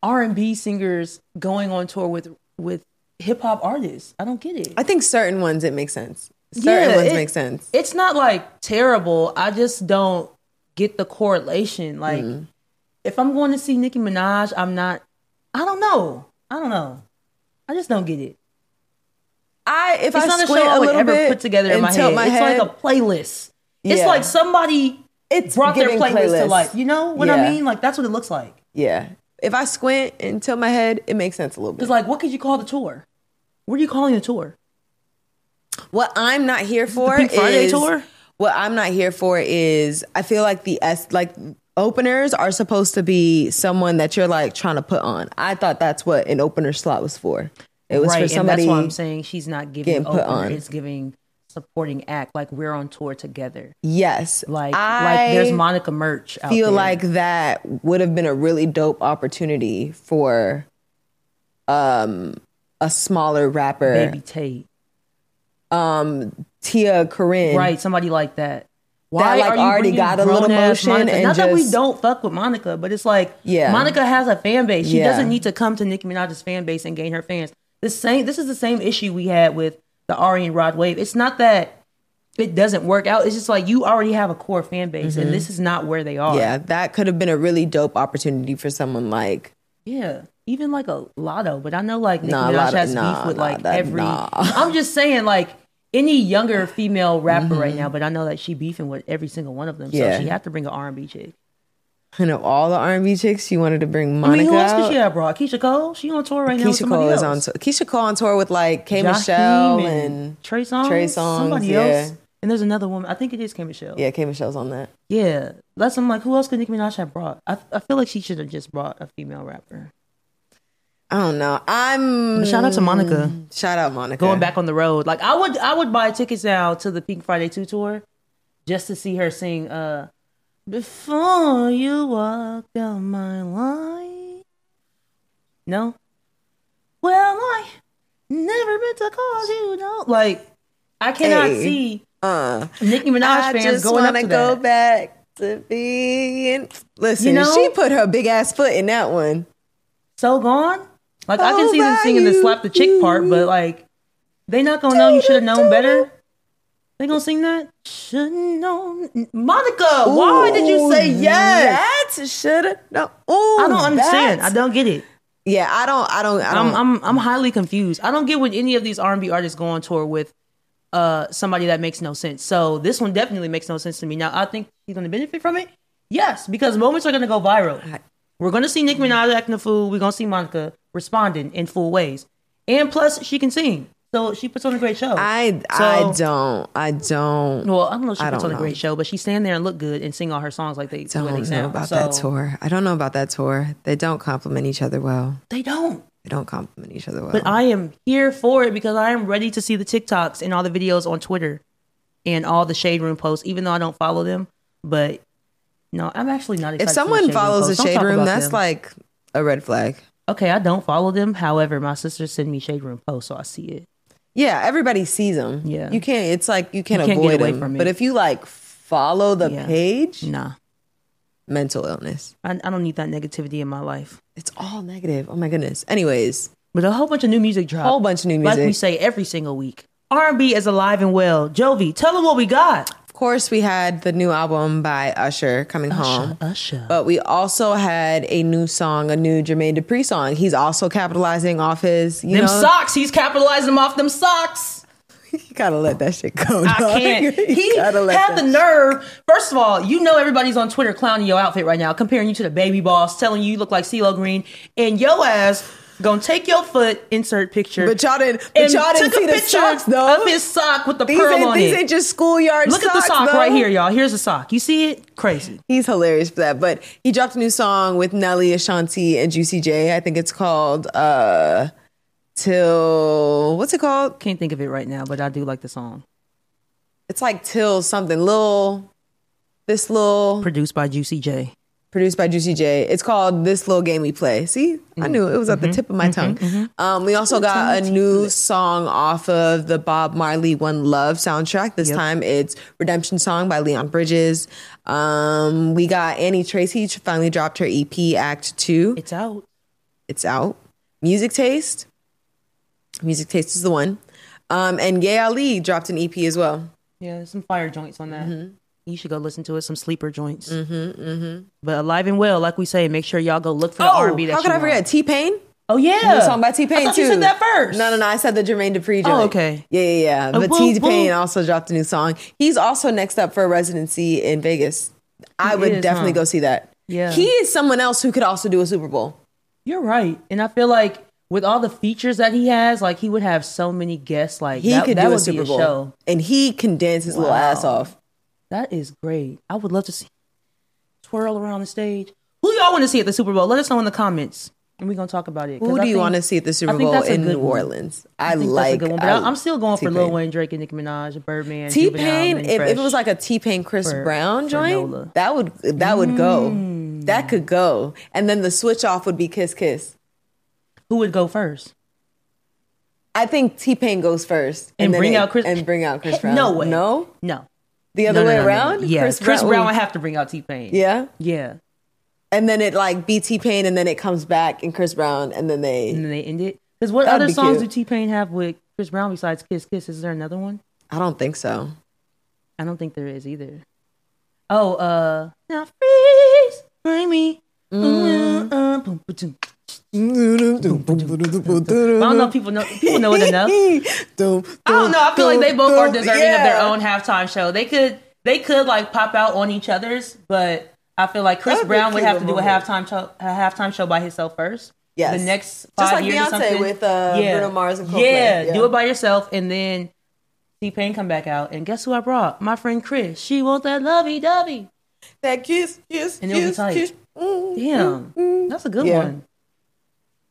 R and B singers going on tour with with hip hop artists. I don't get it.
I think certain ones it makes sense. Certain ones
it-
make sense.
It's not like terrible. I just don't get the correlation. Like,
Mm.
if I'm going to see Nicki Minaj, I'm not. I don't know. I don't know. I just don't get it.
I if
It's
I
not a show
squint
I
a
would
little
ever
bit
put together in
and
my
tilt
head. it's like a playlist. It's
Yeah.
like somebody
it's
brought their
giving
playlist to
playlists.
life. You know what
Yeah.
I mean? Like that's what it looks like.
Yeah. If I squint and tilt my head, it makes sense a little bit.
Because like, what could you call the tour? What are you calling the tour?
what I'm not here for
Pink Friday
is
tour?
what I'm not here for is I feel like the S like openers are supposed to be someone that you're like trying to put on. I thought that's what an opener slot was for. It was for somebody.
and that's why I'm saying she's not giving
getting put
opener.
on.
It's giving supporting act. Like we're on tour together.
Yes,
Like
I
like there's Monica merch. Out
feel
there.
like that would have been a really dope opportunity for um a smaller rapper
Baby Tate,
um Tia Corinne.
right? Somebody like that. Why
like,
are you
already
bringing
got a little
grown-ass
motion
Monica?
and
Not that we
just-
don't fuck with Monica, but it's like
Yeah.
Monica has a fan base. She
Yeah.
doesn't need to come to Nicki Minaj's fan base and gain her fans. The same. This is the same issue we had with the Ari and Rod wave. It's not that it doesn't work out. It's just like you already have a core fan base, and this is not where they are.
Mm-hmm. Yeah, that could have been a really dope opportunity for someone like
Yeah, even like a Lotto, but I know like Nicki
Nah,
Minaj
Lotto-
has
nah,
beef with
nah,
like
that-
every.
nah.
I'm just saying like any younger female rapper right now, but I know that she beefing with every single one of them.
Yeah.
So she had to bring an R&B chick.
And of all the R&B chicks, she wanted to bring
I
Monica.
mean, who else could
out.
she have brought? Keisha Cole? She on tour right now. With
Keisha
somebody
Cole
else.
is on. Tour. Keisha Cole on tour with like K
Jaheim
Michelle and,
Trey Songz.
Trey Songz,
Somebody
yeah.
else. And there's another woman. I think it is K Michelle.
yeah, K Michelle's on that.
Yeah. That's I'm like, who else could Nicki Minaj have brought? I, I feel like she should have just brought a female rapper.
I don't know. I'm
Shout out to Monica.
shout out Monica.
going back on the road. Like I would I would buy tickets now to the Pink Friday 2 tour just to see her sing uh Before you walk down my line. No? Well I never meant to cause you no like I cannot
Hey.
see
Uh,
Nicki Minaj
I
fans
just
going up
want
to
to go
that.
back to being. Listen,
You know-
she put her big ass foot in that one.
So gone? Like I can
Oh,
see them
by
singing the
you.
slap the chick part, but like they not gonna know you should have known better. They gonna sing that? Should known, Monica. why did you say
Ooh,
yes?
That should have. No, ooh,
I don't understand.
that-
I don't get it.
yeah, I don't. I don't. I don't.
I'm I'm I'm highly confused. I don't get what any of these R&B artists go on tour with uh somebody that makes no sense. So this one definitely makes no sense to me. Now I think he's gonna benefit from it. Yes, because moments are gonna go viral. We're gonna see Nicki Minaj acting a fool. We're gonna see Monica responding in full ways, and plus she can sing. So she puts on a great show.
I
So-
I don't I don't
Well, I don't know if she
I
puts
don't
on a
know.
great show, but she stand there and look good and sing all her songs like they the way
don't
they
know
sound.
about
So,
that tour. I don't know about that tour. They don't compliment each other well.
They don't.
They don't compliment each other well.
But I am here for it because I am ready to see the TikToks and all the videos on Twitter and all the shade room posts, even though I don't follow them. But no, I'm actually not. Excited
if
for the
someone
Shade Room
follows
posts.
a
Don't
shade
talk
room,
about
that's
them.
like a red flag.
okay. I don't follow them. However, my sisters send me shade room posts, so I see it.
Yeah, everybody sees them.
Yeah.
you can't. It's like you can't,
You can't get
avoid
away
them.
from it.
But if you like follow the
Yeah.
page,
Nah,
mental illness.
I, I don't need that negativity in my life.
It's all negative. Oh my goodness. Anyways,
But a whole bunch of new music dropped.
whole bunch of new music.
Uh, Like we say every single week. R&B is alive and well. Jovi, tell them what we got.
of course, we had the new album by Usher coming home.
Usher.
But we also had a new song, a new Jermaine Dupri song. He's also capitalizing off his, you
them
know,
socks. He's capitalizing them off them socks.
you gotta let that shit go.
I
dog.
can't.
You
He had
gotta let that
the nerve. First of all, you know everybody's on Twitter clowning your outfit right now, comparing you to the baby boss, telling you you look like CeeLo Green, and yo ass gonna take your foot insert picture.
But y'all didn't. But
and
y'all didn't
took a
see the
picture
socks though.
of his sock with the
these
pearl
ain't,
on
these
it.
ain't just schoolyard.
Look at
socks,
the sock
though.
right here, y'all. Here's the sock. You see it? Crazy.
He's hilarious for that. But he dropped a new song with Nelly, Ashanti, and Juicy J. I think it's called uh Till what's it called?
Can't think of it right now, but I do like the song.
It's like Till something. Lil This Lil
Produced by Juicy J.
produced by Juicy J. It's called This Little Game We Play. See, I knew it was at the tip of my tongue. Um, we also got a new song off of the Bob Marley One Love soundtrack. This time it's Redemption Song by Leon Bridges. Um, we got Annie Tracy finally dropped her EP Act Two.
It's out.
It's out. Music Taste. Music Taste is the one. Um, and Gay Ali dropped an EP as well.
Yeah, there's some fire joints on that.
Mm-hmm.
You should go listen to it. Some sleeper joints. Mm-hmm, mm-hmm. But alive and well, like we say, make sure y'all go look for the R&B that
Oh, how could
you
I forget
want.
T Pain?
Oh yeah,
The song by T Pain
I thought
too.
You said that first. Oh,
No, no, no. I said the Jermaine Dupri. Joint.
okay.
Yeah, yeah, yeah.
Uh,
But
woo,
T Pain
woo.
also dropped a new song. He's also next up for a residency in Vegas. I would
is,
definitely
huh?
go see that.
Yeah.
He is someone else who could also do a Super Bowl.
You're right, and I feel like with all the features that he has, like he would have so many guests. Like
He
that,
could
that
do
would
a Super
be a
Bowl.
show.
And he can dance his little
Wow.
ass off.
That is great. I would love to see twirl around the stage. Who y'all want to see at the Super Bowl? Let us know in the comments, and we're gonna talk about it. 'Cause
Who
I
do you
think-
want to see at the
I
Super
think
Bowl
that's a
in
good
New
one.
Orleans? I,
I think
like.
that's a good one, but I, am still going for Lil
T-Pain.
Wayne, Drake, and Nicki Minaj, Birdman,
T
Juvenile,
Pain,
and
if, if it
Fresh.
was like a T Pain Chris
for-
Brown
for
joint,
Nola. Mm.
that would that would go. That could go. And then the switch off would be Kiss Kiss.
who would go first?
I think T Pain goes first,
And
then
bring
it-
out Chris-
and bring out Chris
Heck,
Brown.
no way.
no,
No,
the other
No, no,
way
no, no, no.
around.
Yeah, Chris, Brown,
ooh.
would have to bring out T Pain.
yeah,
yeah,
and then it like be T Pain, and then it comes back and Chris Brown, and then they.
and then they end it. Because what
That'd
other
be
songs
cute.
do T Pain have with Chris Brown besides Kiss Kiss? Is there another one?
I don't think so.
I don't think there is either. Oh, uh, now freeze, bring me.
Mm-hmm.
Uh, uh, boom, ba-doom. I don't know. If people know. People know it enough. Oh. I don't know. I feel like they both are deserving of their own halftime show. They could they could like pop out on each other's, but I feel like Chris
That'd be
Brown would
cute
have to do a
moment.
halftime show, a halftime show by himself first.
Yes.
The next
Just
five
like
years
Beyonce
or something.
with, uh, Bruno Mars and Coldplay.
yeah,
Yeah.
do it by yourself and then T Pain come back out and guess who I brought? My friend Chris. She want that lovey dovey.
That kiss, kiss,
And it'll be
kiss,
tight.
kiss. Mm.
Damn, that's a good
Yeah.
one.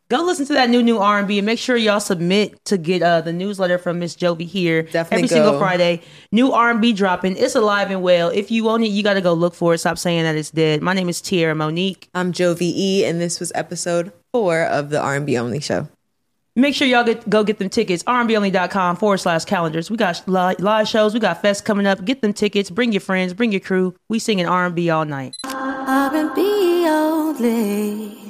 Go listen to that new new R and B and make sure y'all submit to get uh, the newsletter from Miss Jovi here
Definitely
every single
go.
Friday. New R and B dropping. It's alive and well. If you own it, you got to go look for it. Stop saying that it's dead. My name is Tierra Monique.
I'm Jovi E, and this was episode four of the R&B Only Show.
Make sure y'all get, go get them tickets. rnbonly.com forward slash calendars. We got li- live shows. We got fest coming up. Get them tickets. Bring your friends. Bring your crew. We singing R and B all night.
R&B only.